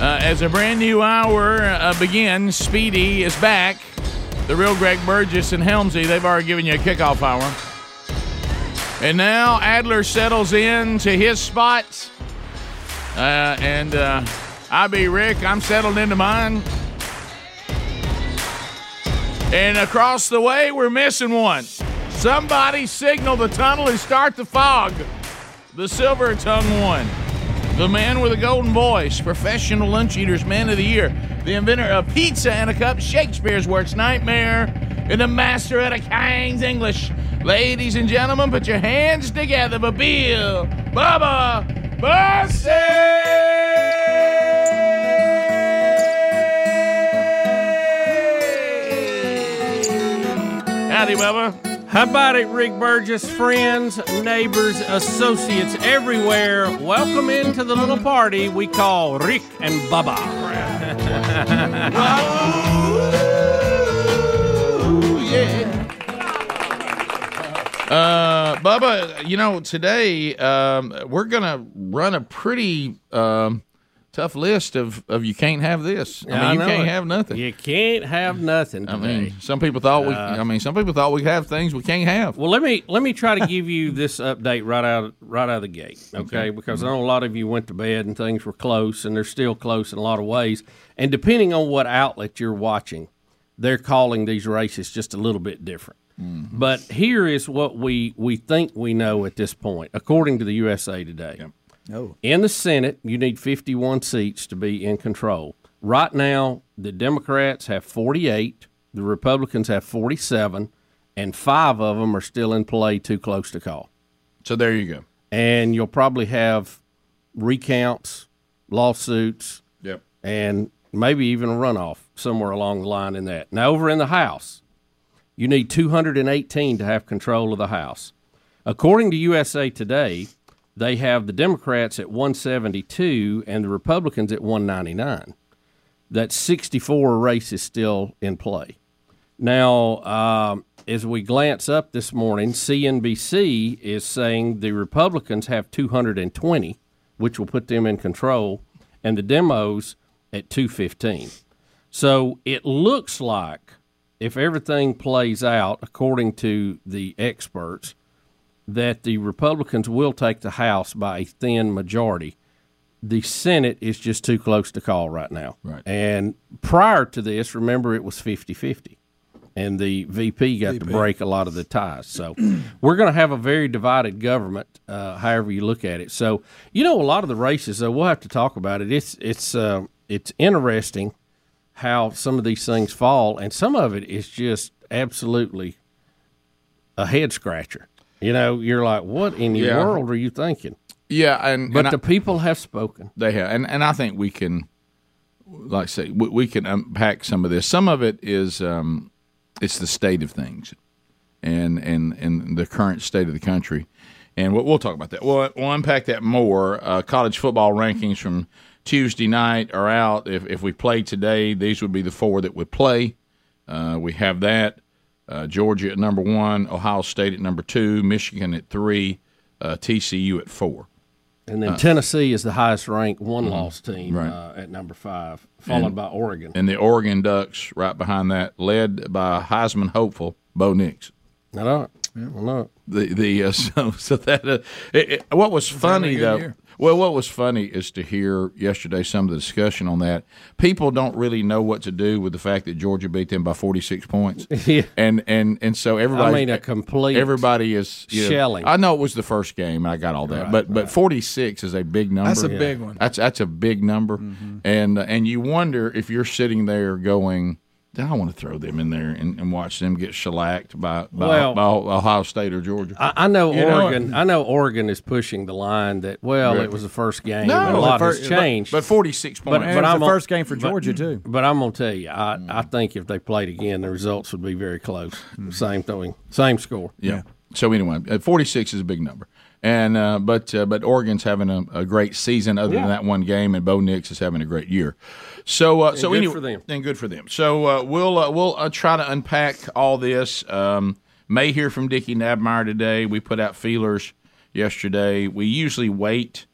Uh, as a brand new hour uh, begins, Speedy is back. The real Greg Burgess and Helmsy, they've already given you a kickoff hour. And now Adler settles in to his spot. Uh, and uh, I be Rick, I'm settled into mine. And across the way, we're missing one. Somebody signal the tunnel and start the fog. The silver tongue one. The man with a golden voice, professional lunch eaters, man of the year, the inventor of pizza and a cup, Shakespeare's worst nightmare, and the master at a king's English. Ladies and gentlemen, put your hands together for Bill Bubba Bussy! Howdy, Bubba. How about it, Rick Burgess? Friends, neighbors, associates everywhere, welcome into the little party we call Rick and Bubba. Uh, Bubba, you know, today um, we're going to run a pretty um, tough list of, of you can't have this. I mean, you know can't it. have nothing. Uh, You can't have nothing today. I mean, some people thought we. Uh, I mean, some people thought we could have things we can't have. Well, let me let me try to give you this update right out right out of the gate, okay? Because I know a lot of you went to bed and things were close, and they're still close in a lot of ways. And depending on what outlet you're watching, they're calling these races just a little bit different. Mm. But here is what we we think we know at this point, according to the USA Today. In the Senate, you need 51 seats to be in control. Right now, the Democrats have 48, the Republicans have 47, and five of them are still in play too close to call. So there you go. And you'll probably have recounts, lawsuits, Yep. and maybe even a runoff somewhere along the line in that. Now, over in the House, you need 218 to have control of the House. According to USA Today, they have the Democrats at 172 and the Republicans at 199. That's 64 races still in play. Now, um, as we glance up this morning, CNBC is saying the Republicans have 220, which will put them in control, and the demos at 215. So it looks like if everything plays out according to the experts, that the Republicans will take the House by a thin majority. The Senate is just too close to call right now. Right. And prior to this, remember it was 50 50. And the VP got to break a lot of the ties. So we're going to have a very divided government, uh, however you look at it. So, you know, a lot of the races, though, we'll have to talk about it. It's, it's, uh, it's interesting how some of these things fall, and some of it is just absolutely a head scratcher. You know, you're like, what in the Yeah. world are you thinking? Yeah, and But and I- the people have spoken. they have, and and I think we can, like I say, we, we can unpack some of this. Some of it is, um, it's the state of things, and and and the current state of the country, and we'll, we'll talk about that. We'll we'll unpack that more. Uh, college football rankings from Tuesday night are out. If if we play today, these would be the four that would play. Uh, we have that. Uh, Georgia at number one, Ohio State at number two, Michigan at three, uh, TCU at four. Uh, And Mm-hmm. then Tennessee is the highest ranked one loss team Right. uh, at number five, followed by Oregon. and the Oregon Ducks right behind that, led by Heisman hopeful Bo Nix. Now, Yeah, well, not. the the uh, so so that uh, it, it- what was funny good though. year. Well, what was funny is to hear yesterday some of the discussion on that. People don't really know what to do with the fact that Georgia beat them by forty six points, Yeah. and and and so I everybody. mean, a complete. Everybody is you know- Shelling. I know it was the first game, and I got all that, but but forty six is a big number. That's a Yeah. big one. That's that's a big number, Mm-hmm. and uh, and you wonder if you're sitting there going, I want to throw them in there and, and watch them get shellacked by by, Well- by Ohio State or Georgia. I, I know You know, Oregon. I know Oregon is pushing the line that well, Right. it was the first game. No, and a lot the has changed. But 46 points. But And it was I'm the on- first game for Georgia too. But I'm gonna tell you, I, I Mm. think if they played again, the results would be very close. Mm-hmm. Same thing, same score. yeah. So anyway, uh, 46 is a big number. And uh, but uh, but Oregon's having a, a great season other than that one game, and Bo Nix is having a great year. So uh, so good anyway, for them. and good for them. So uh, we'll uh, we'll uh, try to unpack all this. Um, may hear from Dickie Nabmeyer today. We put out feelers yesterday. We usually wait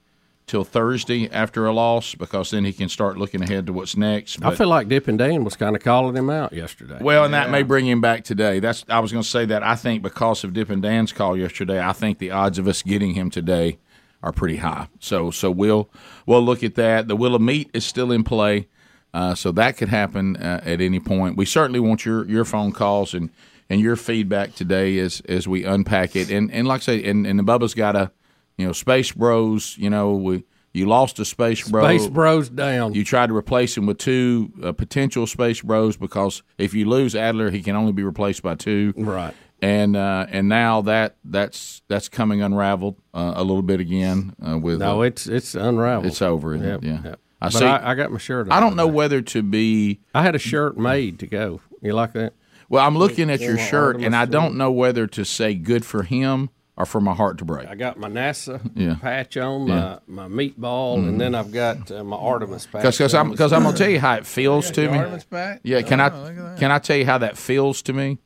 till Thursday after a loss because then he can start looking ahead to what's next. I But- feel like Dip and Dan was kind of calling him out yesterday. Well, and that may bring him back today. That's I was going to say that I think because of Dip and Dan's call yesterday, I think the odds of us getting him today are pretty high. So so we'll we'll look at that. The will of meat is still in play, uh, so that could happen uh, at any point. We certainly want your your phone calls and and your feedback today as as we unpack it. And and like I say, and and Bubba's got a you know Space Bros. You know we. You lost a space bro. Base Bros down. You tried to replace him with two uh, potential space bros because if you lose Adler, he can only be replaced by two. Right. And uh, and now that that's that's coming unraveled uh, a little bit again uh, with no, uh, it's it's unraveled. it's over. isn't it? yeah. I but see. I, I, I got my shirt. On. don't know whether to be. I had a shirt made to go. You like that? Well, I'm looking at your shirt, and I don't know whether to say good for him or for my heart to break. I got my NASA Yeah. patch on, my, my meatball, and then I've got uh, my Artemis patch. Because I'm because I'm gonna tell you how it feels to me. Artemis patch? Yeah, can Oh, look at I that. can I tell you how that feels to me?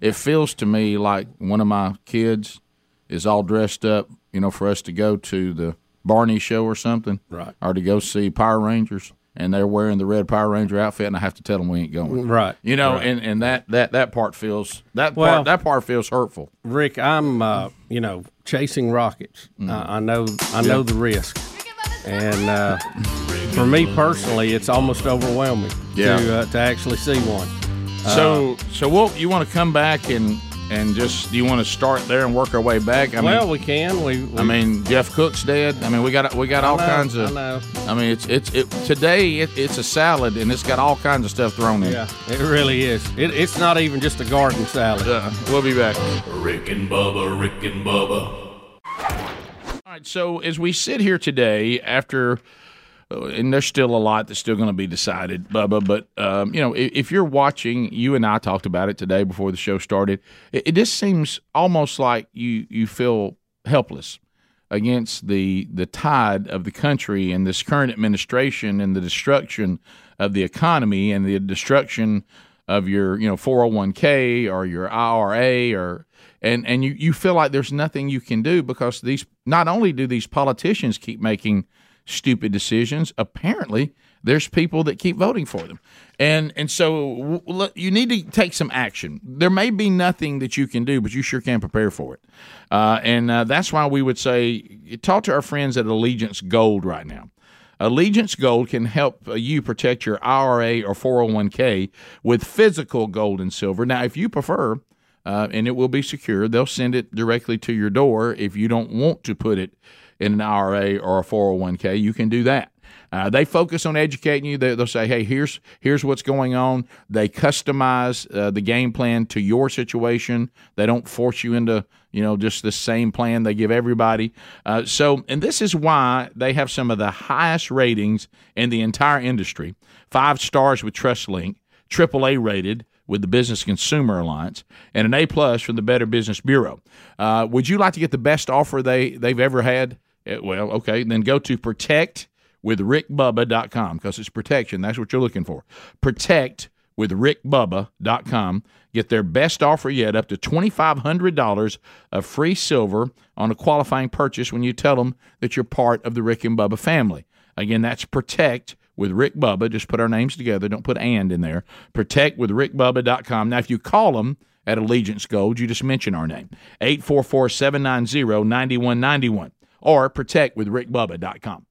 It feels to me like one of my kids is all dressed up, you know, for us to go to the Barney show or something, Right. Or to go see Power Rangers, and they're wearing the red Power Ranger outfit, and I have to tell them we ain't going, Right. You know, and, and that, that that part feels that Well- part that part feels hurtful. Rick, I'm uh, you know chasing rockets. Mm. Uh, I I know I know the risk, and uh, for me personally, it's almost overwhelming Yeah. to uh, to actually see one. Uh, so so what you want to come back and and just do you want to start there and work our way back? I Uh, well, mean, we can. We, we I mean Jeff Cook's dead. I mean we got we got all I know, kinds of. I know. I mean, it's it's it, today. It, it's a salad, and it's got all kinds of stuff thrown in. Yeah, it really is. It, it's not even just a garden salad. Uh, we'll be back. All Rick and Bubba, Rick and Bubba, right. So as we sit here today, after, uh, and there's still a lot that's still going to be decided, Bubba. But um, you know, if, if you're watching, you and I talked about it today before the show started. It, it just seems almost like you you feel helpless against the the tide of the country and this current administration and the destruction of the economy and the destruction of your you know 401k or your IRA or and and you you feel like there's nothing you can do because these not only do these politicians keep making stupid decisions apparently there's people that keep voting for them and and so w- look, you need to take some action there may be nothing that you can do but you sure can prepare for it uh, and uh, that's why we would say talk to our friends at allegiance gold right now Allegiance Gold can help uh, you protect your IRA or 401k with physical gold and silver. Now, if you prefer, uh, and it will be secure, they'll send it directly to your door. If you don't want to put it in an IRA or a 401k, you can do that. Uh, they focus on educating you. They, they'll say, "Hey, here's here's what's going on." They customize uh, the game plan to your situation. They don't force you into you know just the same plan they give everybody. Uh, so, and this is why they have some of the highest ratings in the entire industry: five stars with TrustLink, AAA rated with the Business Consumer Alliance, and an A plus from the Better Business Bureau. Uh, would you like to get the best offer they they've ever had? Eh, Well, okay, then go to protect with rickbubba.com because it's protection. That's what you're looking for. Protect with rickbubba.com. Get their best offer yet, up to $2,500 of free silver on a qualifying purchase when you tell them that you're part of the Rick and Bubba family. Again, that's protect with Rick Bubba. Just put our names together. Don't put and in there. Protect with rickbubba.com. Now, if you call them at Allegiance Gold, you just mention our name. 844 790 9191 or protect with rickbubba.com.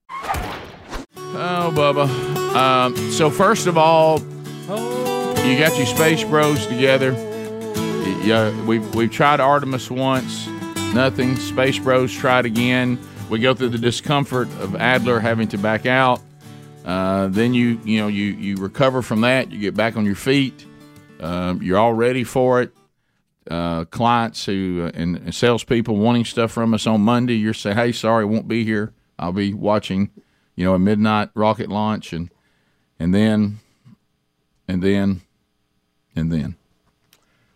Oh, Bubba. Um, so, first of all, you got your space bros together. Y- Yeah, we've, we've tried Artemis once, nothing. Space bros tried again. We go through the discomfort of Adler having to back out. Uh, then you you know you you recover from that. You get back on your feet. Um, you're all ready for it. Uh, clients who uh, and, and salespeople wanting stuff from us on Monday, you're saying, "Hey, sorry, won't be here. I'll be watching, you know, a midnight rocket launch." And and then and then and then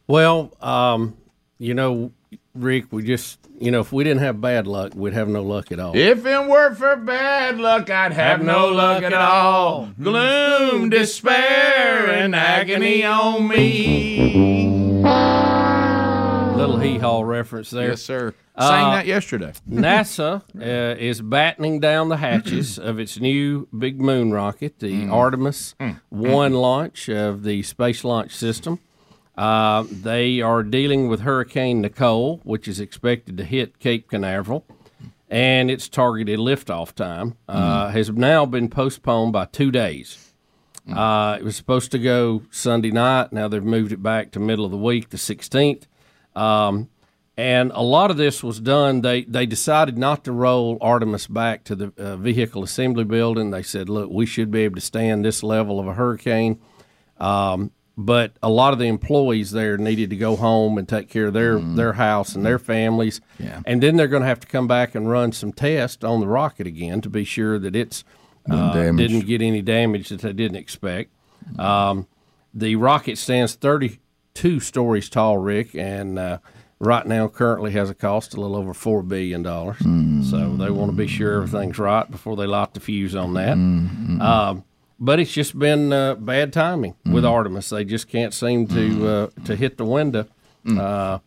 Well, um, you know, Rick, we just, you know, if we didn't have bad luck, we'd have no luck at all. if it were for bad luck i'd have, no luck at all gloom despair and agony on me Little hee haw reference there. Uh, yes sir sang that yesterday NASA uh, is battening down the hatches of its new big moon rocket, the Mm. Artemis 1 launch of the Space Launch System. Uh, they are dealing with Hurricane Nicole, which is expected to hit Cape Canaveral, and its targeted liftoff time Mm. uh, has now been postponed by two days. Uh, it was supposed to go Sunday night. Now they've moved it back to middle of the week, the 16th. Um, and a lot of this was done. They they decided not to roll Artemis back to the uh, vehicle assembly building. They said, look, we should be able to stand this level of a hurricane. Um, but a lot of the employees there needed to go home and take care of their their house and their families. Yeah. And then they're going to have to come back and run some tests on the rocket again to be sure that it's uh, damaged. didn't get any damage that they didn't expect. Um, the rocket stands 32 stories tall, Rick, and uh, right now currently has a cost a little over four billion dollars. So they want to be sure everything's right before they light the fuse on that. Um, but it's just been uh, bad timing with Mm. Artemis. They just can't seem to uh, to hit the window. Mm. Uh,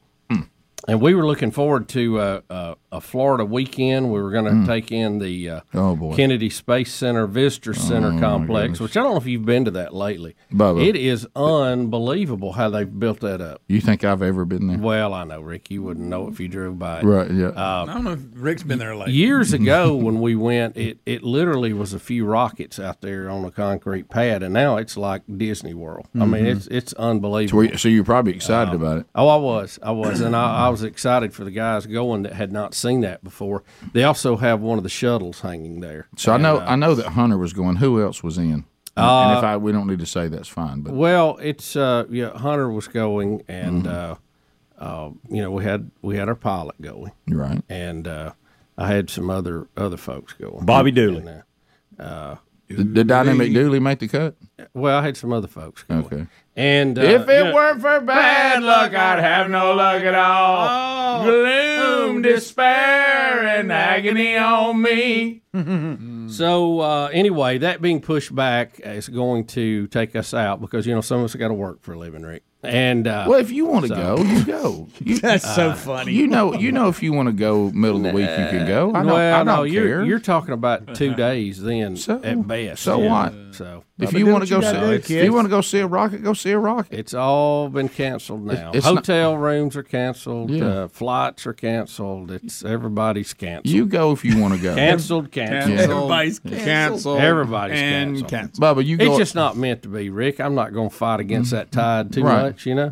and we were looking forward to uh, uh, a Florida weekend. We were going to take in the uh, Mm. Oh, boy. Oh, Kennedy Space Center Visitor Center complex, which I don't know if you've been to that lately. Bubba. It is unbelievable how they built that up. you think i've ever been there Well, I know, Rick, you wouldn't know if you drove by. it. Mm-hmm. Uh, right yeah Mm-hmm. I don't know if Rick's been there lately. Years ago, when we went, it, it literally was a few rockets out there on a concrete pad, and now it's like Disney World. I Mm-hmm. mean, it's it's unbelievable. Were you- so you're probably excited about it Oh, I was, I was, and I, I was excited for the guys going that had not seen that before. They also have one of the shuttles hanging there. so i know i know that hunter was going who else was in and if i we don't need to say that's fine but Mm-hmm. Well, it's uh, yeah. Hunter was going, and uh, uh, you know we had we had our pilot going, you're right and uh, I had some other other folks going. Bobby Dooley. And, uh, did, did dynamic dooley make the cut well, I had some other folks going. Okay. And uh, If you it know- weren't for bad luck, I'd have no luck at all. Gloom, despair, and agony on me. so uh, anyway, that being pushed back is going to take us out because you know some of us got to work for a living, Rick. And uh, Well, if you want to go, you go. You, uh, That's so funny. you know, you know, if you want to go middle of the week, you can go. I don't, well, I don't no, care. you're you're talking about two days then So- at best. so what? So if you want to what go you see, gotta do, if you kids. want to go see a rocket, go see a rocket. It's all been canceled now. it's not- Hotel rooms are canceled. Yeah. Uh, flights are canceled. It's everybody's canceled. You go if you want to go. canceled, canceled. Everybody's canceled. Cancel. Everybody's And canceled. canceled. Bubba, you It's go. Mm-hmm. just not meant to be, Rick. I'm not going to fight against that tide too Right. much. You know,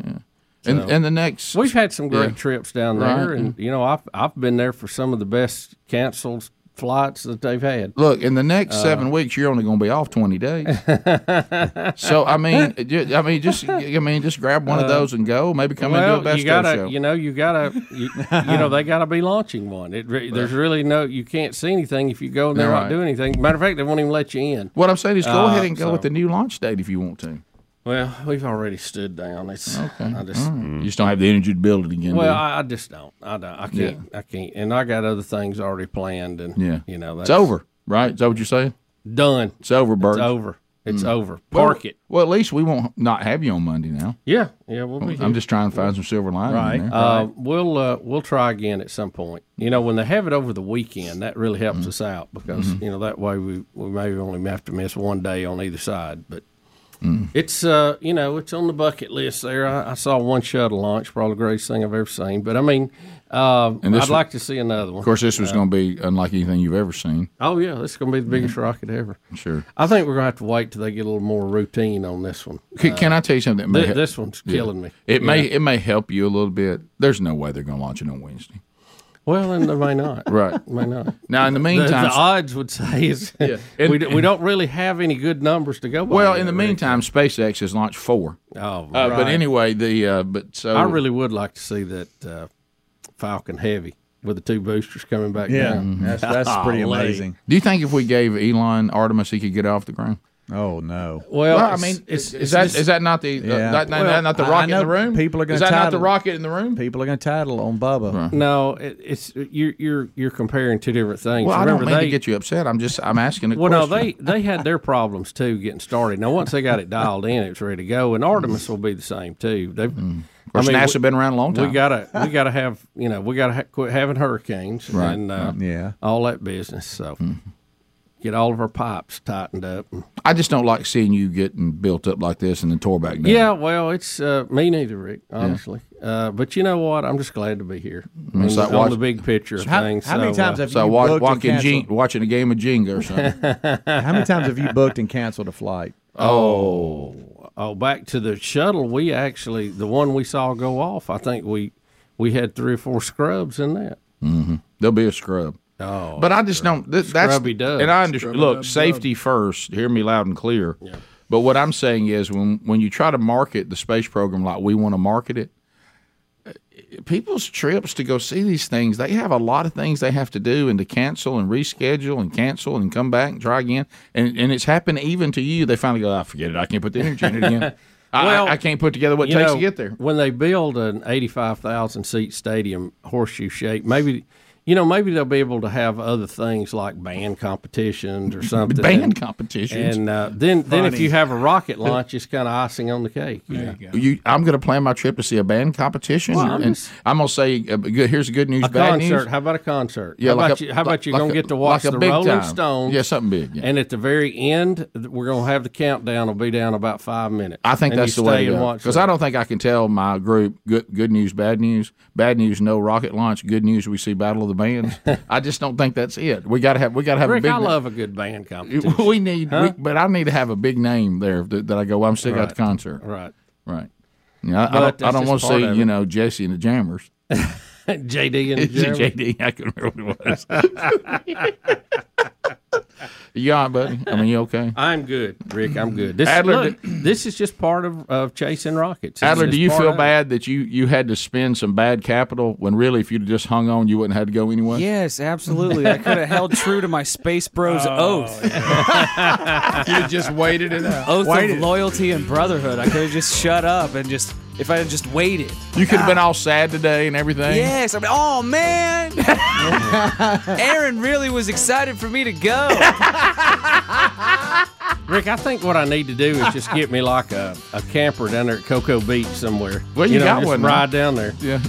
and, and the next, we've had some great Yeah. trips down there, Right. and you know, I've I've been there for some of the best canceled flights that they've had. Uh, look in the next seven weeks you're only going to be off 20 days so i mean ju- i mean just i mean just grab one of those and go maybe come and do a Uh, Well, best you gotta, of show you know, you gotta, you, you know, they gotta be launching one. It re, there's really no, you can't see anything if you go and they're Right. not doing anything. Matter of fact, they won't even let you in. what i'm saying is go Uh, ahead and go so- at the new launch date if you want to Well, we've already stood down. It's I just Mm. Mm. you just don't have the energy to build it again well, I, I just don't. I don't. I can't. I can't. And I got other things already planned. And do you? yeah you know, that's it's over right is that what you're saying Done. it's over Bert. Mm. It's over. It's over. Park it. well at least we won't not have you on monday now Yeah. Yeah. We'll be i'm here. just trying to find some silver lining in there. Uh, we'll uh, we'll try again at some point. You know, when they have it over the weekend, that really helps Mm-hmm. us out because you know that way we we may only have to miss one day on either side. But Mm. It's uh, you know, it's on the bucket list. There, I, I saw one shuttle launch, probably the greatest thing I've ever seen. But I mean, uh, I'd And this one- like to see another one. Uh, Of course, this was going to be unlike anything you've ever seen. Oh yeah, this is going to be the biggest rocket ever. Sure. I think we're going to have to wait till they get a little more routine on this one. Can, can I tell you something? That may Th- hel- Uh, this one's killing me. It may it may help you a little bit. There's no way they're going to launch it on Wednesday, Well, and they may not. right? May not. Now, in the The, the meantime, odds would say is And- we, d- we don't really have any good numbers to go by. well, in the there, Rick. meantime, SpaceX has launched four. oh, Uh, right. But anyway, the uh, but so I really would like to see that uh, Falcon Heavy with the two boosters coming back Yeah, down. that's, that's pretty Golly. amazing. do you think if we gave Elon Artemis, he could get off the ground? Oh no. Well, Well, I it's- mean, it's, is that is that not the Yeah. uh, that, not- Well, not the I- I rocket in the know room? people are gonna is that not title- the rocket in the room? People are going to title on Bubba. no? It, it's you're you're you're comparing two different things. well, I don't Remember mean they to get you upset. I'm just I'm asking a well, no, question. they they had their problems too getting started. Now once they got it dialed in, it's ready to go, and Artemis will be the same too. They've Hmm. of course, I mean, NASA we- been around a long time. we gotta we gotta have you know we gotta ha- quit having hurricanes Right, Hmm. and uh, Yeah. all that business. So get all of our pipes tightened up. and- I just don't like seeing you getting built up like this and then tore back down. Yeah, well, it's uh, me neither, Rick. Honestly, uh, but you know what? I'm just glad to be here it's And like on watch- the big picture of How, things. how many so, uh, times have So you wa- booked walking and Jing, canceled? watching a game of Jenga or something. How many times have you booked and canceled a flight? oh, back to the shuttle. We actually the one we saw go off. I think we we had three or four scrubs in that. Mm-hmm. There'll be a scrub. Oh, But I just don't. Th- that's Scrubby dub. and I understand. Look, safety first. Hear me loud and clear. But what I'm saying is, when when you try to market the space program like we want to market it, uh, people's trips to go see these things, they have a lot of things they have to do and to cancel and reschedule and cancel and come back and try again. And and it's happened even to you. They finally go, I forget it. I can't put the energy in it again. I- Well, I, I can't put together what it You takes know, to get there. When they build an eighty-five thousand seat stadium horseshoe shape, maybe you know maybe they'll be able to have other things like band competitions or something. Band And- competitions. And uh, then, then if you have a rocket launch, it's kind of icing on the cake. you know. You, I'm going to plan my trip to see a band competition, Well, I'm and just- I'm going to say, uh, good- "Here's the good news, A bad concert. news." How about a concert? Yeah, how like about a- you, how about you like gonna a- get to watch like a the big Rolling time. Stones? Yeah, something big, yeah. And at the very end, th- we're gonna have the countdown. Will be down about five minutes. I think And that's the you way stay to and go watch because that. I don't think I can tell my group good good news, bad news, bad news, no rocket launch, good news, we see battle of the bands. I just don't think that's it. We got to have we got to have Rick, a big. I love a good band competition. we need, we, but I need to have a big name there that, that I go. Well, I'm still got the concert, right. right? Yeah, I, I But don't, I that's don't just want to part of see it. you know Jesse and the Jammers. JD and Is it Jeremy. JD? I couldn't remember what it was. you all right, buddy? I mean, you okay? I'm good, Rick. I'm good. This, Adler, look, this is just part of, of chasing rockets. It's Adler, just do you part feel of it. bad that you, you had to spend some bad capital when really, if you'd just hung on, you wouldn't have had to go anyway? Yes, absolutely. I could have held true to my space bros Oh, oath, You just waited it out. oath Waited. of loyalty and brotherhood. I could have just shut up and just, if I had just waited. You could have been all sad today and everything. Yes, I'm. Oh man, Aaron really was excited for me to go. Rick? I think what I need to do is just get me like a, a camper down there at Cocoa Beach somewhere. Well, you know, got just one, huh? Ride down there. Yeah.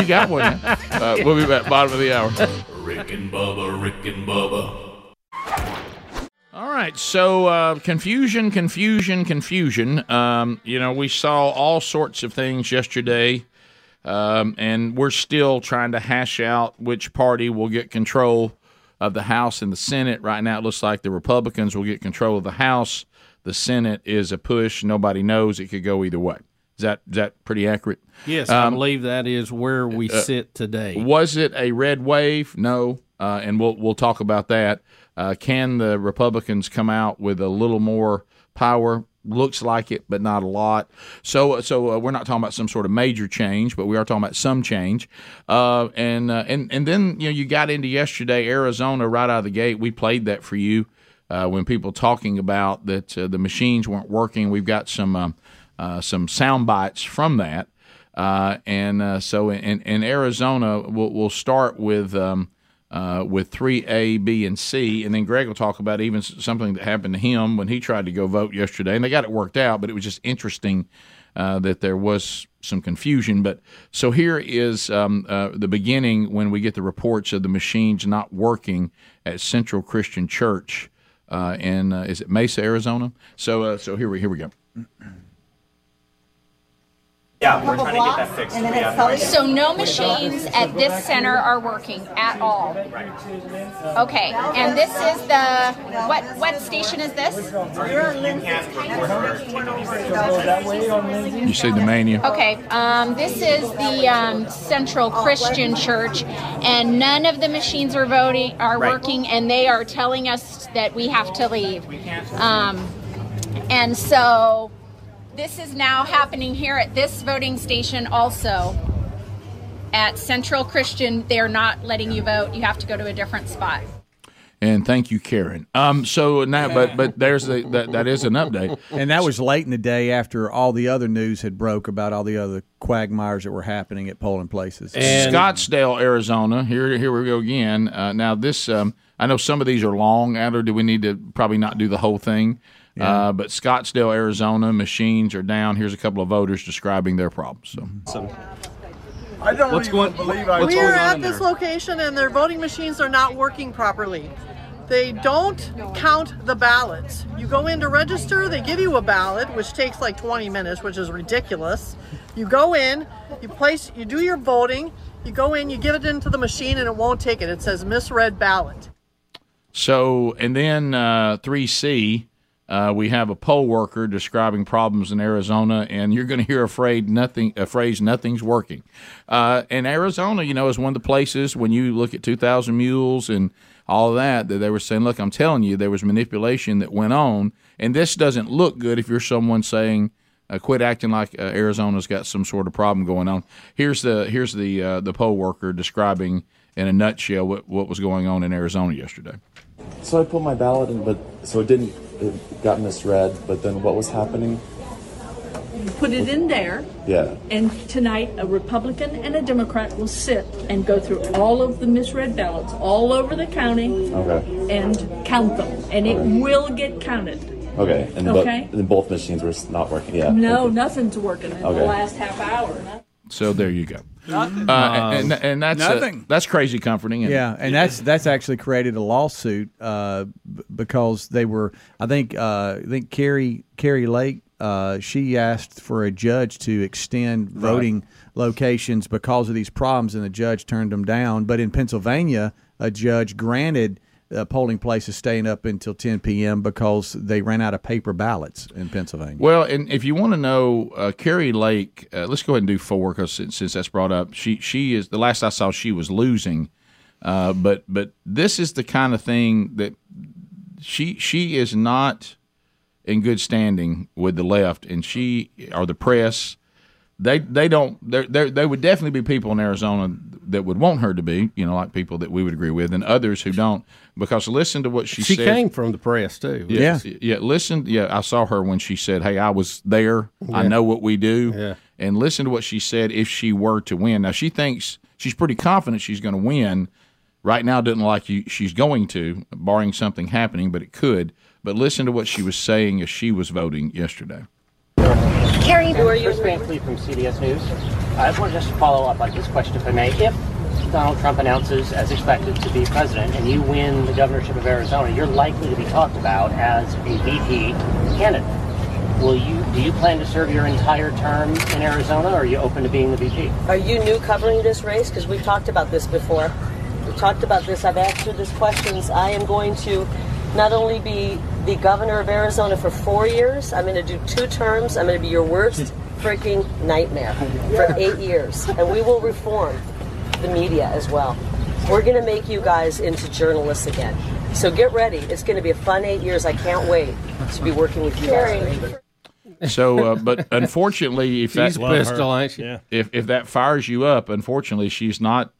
you got one. Uh, we'll be back, bottom of the hour. Rick and Bubba, Rick and Bubba. All right, so uh, confusion, confusion, confusion. Um, you know, we saw all sorts of things yesterday, um, and we're still trying to hash out which party will get control of the House and the Senate. Right now, it looks like the Republicans will get control of the House. The Senate is a push. Nobody knows. It could go either way. Is that is that pretty accurate? Yes, Um, I believe that is where we uh, sit today. Was it a red wave? No, uh, and we'll we'll talk about that. Uh, can the Republicans come out with a little more power? Looks like it, but not a lot. So so uh, we're not talking about some sort of major change, but we are talking about some change. Uh, and uh, and and then you know you got into yesterday Arizona right out of the gate. We played that for you uh, when people talking about that uh, the machines weren't working. We've got some um, uh, some sound bites from that. Uh, and uh, so in, in Arizona, we'll, we'll start with um, uh, with three A, B, and C, and then Greg will talk about even s- something that happened to him when he tried to go vote yesterday, and they got it worked out. But it was just interesting uh, that there was some confusion. But so here is um, uh, the beginning when we get the reports of the machines not working at Central Christian Church uh, in uh, is it Mesa, Arizona? So uh, so here we here we go. Yeah, we're trying to get that fixed. We have no idea. So no machines at this center are working at all. Okay, and this is the what what station is this? You can't record her. You see the mania? Okay, um, this is the um, Central Christian Church, and none of the machines are voting are working, and they are telling us that we have to leave. Um, and so this is now happening here at this voting station also. At Central Christian, they are not letting you vote. You have to go to a different spot. And thank you, Karen. Um, so now, but but there's a, that that is an update. And that was late in the day after all the other news had broke about all the other quagmires that were happening at polling places. And- Scottsdale, Arizona. Here, here we go again. Uh, now, this um, I know some of these are long. Adler, do we need to probably not do the whole thing? Uh, but Scottsdale, Arizona, machines are down. Here's a couple of voters describing their problems. So, I don't What's even going- believe I what's We going are on at in this there? location and their voting machines are not working properly. They don't count the ballots. You go in to register, they give you a ballot, which takes like 20 minutes, which is ridiculous. You go in, you place, you do your voting, you go in, you give it into the machine, and it won't take it. It says misread ballot. so and then uh, 3C, uh, we have a poll worker describing problems in Arizona, and you're going to hear a phrase nothing, a phrase nothing's working. Uh, and Arizona, you know, is one of the places when you look at 2,000 mules and all that that they were saying, look, I'm telling you, there was manipulation that went on, and this doesn't look good if you're someone saying, uh, quit acting like uh, Arizona's got some sort of problem going on. Here's the here's the uh, the poll worker describing in a nutshell what, what was going on in Arizona yesterday. So I put my ballot in, but so it didn't. It got misread. But then what was happening? Put it in there, Yeah. and tonight a Republican and a Democrat will sit and go through all of the misread ballots all over the county Okay. and count them, and it will get counted. Okay. And, Okay. But, and both machines were s- not working. Yeah. No, Okay. nothing's working in the Okay. last half hour. So there you go. Uh, and, and that's uh, Nothing. that's crazy comforting. Um, And Yeah, and that's that's actually created a lawsuit uh, b- because they were. I think uh, I think Carrie Carrie Lake. Uh, she asked for a judge to extend voting locations because of these problems, and the judge turned them down. But in Pennsylvania, a judge granted uh, polling places staying up until 10 p.m. because they ran out of paper ballots in Pennsylvania. Well, and if you want to know, uh, Carrie Lake, uh, let's go ahead and do four because since, since that's brought up, she she is the last I saw she was losing, uh, but but this is the kind of thing that she she is not in good standing with the left, and she or the press. They they don't there there they would definitely be people in Arizona that would want her to be you know like people that we would agree with and others who don't because listen to what she, She said. came from the press too. Yeah. Yeah. Yeah. Listen. Yeah. I saw her when she said, Hey, I was there. I know what we do. Yeah. And listen to what she said if she were to win. Now, she thinks she's pretty confident she's going to win. Right now, doesn't like you, she's going to, barring something happening, but it could. But listen to what she was saying as she was voting yesterday. Carrie, Who are you? Chris Van Cleef from CBS News. I want to just follow up on this question, if I may. If Donald Trump announces, as expected, to be president, and you win the governorship of Arizona, you're likely to be talked about as a VP candidate. Will you? Do you plan to serve your entire term in Arizona, or are you open to being the VP? Are you new covering this race? Because we've talked about this before. We've talked about this. I've asked you these questions. I am going to not only be the governor of Arizona for four years, I'm going to do two terms. I'm going to be your worst freaking nightmare for eight years. And we will reform the media as well. We're going to make you guys into journalists again. So get ready. It's going to be a fun eight years. I can't wait to be working with you guys. So, uh, but unfortunately, if She's that pistol, ain't she? Yeah. if if that fires you up, unfortunately, she's not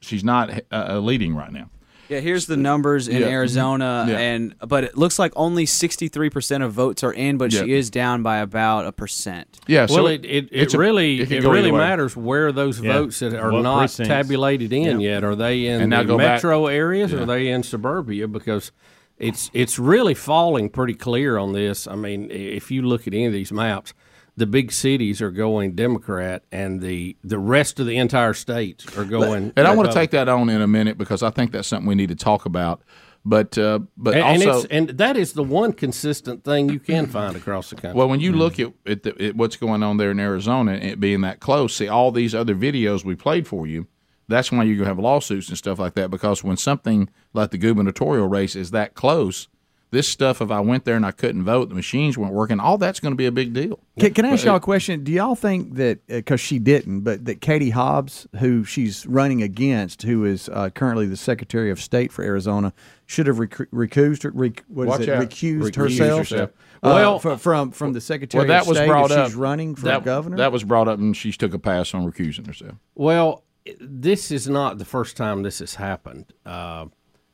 she's not uh, leading right now. Yeah, here's the numbers in Yeah. Mm-hmm. Arizona, Yeah. and but it looks like only 63% of votes are in, but Yeah. she is down by about a percent. Yeah. Well, so it, it, it it's a- really could it go either really way. matters where those votes that are What not precincts. tabulated in yet. Are they in And now the go back- metro areas? Or are they in suburbia? Because it's it's really falling pretty clear on this. I mean, i- if you look at any of these maps, the big cities are going Democrat, and the the rest of the entire states are going. And I want to take that on in a minute because I think that's something we need to talk about. But uh, but and, and also, it's, and that is the one consistent thing you can find across the country. well, when you Mm-hmm. look at at, the, at what's going on there in Arizona, and it being that close, see all these other videos we played for you. That's why you're gonna have lawsuits and stuff like that because when something like the gubernatorial race is that close, this stuff if I went there and I couldn't vote, the machines weren't working, all that's going to be a big deal. Can, can I ask But- y'all a question? Do y'all think that because she didn't, but that Katie Hobbs, who she's running against, who is uh, currently the Secretary of State for Arizona, should have rec- recused her, rec- what is Watch it, out. recused Recused herself, Uh, herself. well, Well- from from the Secretary of State if she's running for that, governor. That was brought up, and she took a pass on recusing herself. Well, this is not the first time this has happened. Uh,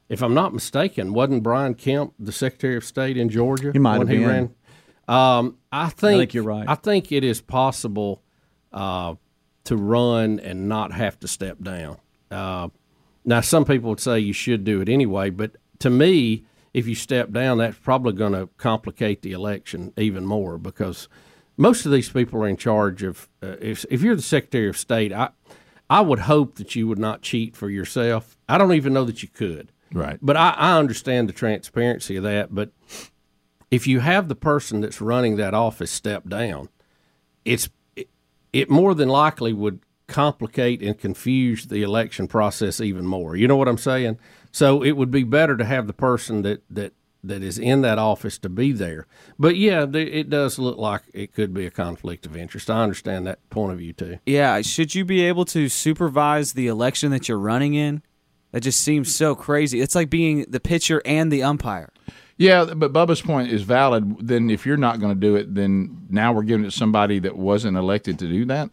if I'm not mistaken, wasn't Brian Kemp the Secretary of State in Georgia He might when have been. Um, I think, you're right. I think it is possible uh, to run and not have to step down. Uh, now, some people would say you should do it anyway, but to me, if you step down, that's probably going to complicate the election even more because most of these people are in charge of. Uh, if, if you're the Secretary of State, I, I would hope that you would not cheat for yourself. I don't even know that you could. Right. But I, I understand the transparency of that. But if you have the person that's running that office step down, it's it, it more than likely would complicate and confuse the election process even more. You know what I'm saying? So it would be better to have the person that that that is in that office to be there. But yeah, th- it does look like it could be a conflict of interest. I understand that point of view too. Yeah, should you be able to supervise the election that you're running in? That just seems so crazy. It's like being the pitcher and the umpire. Yeah, but Bubba's point is valid. Then, if you're not going to do it, then now we're giving it to somebody that wasn't elected to do that.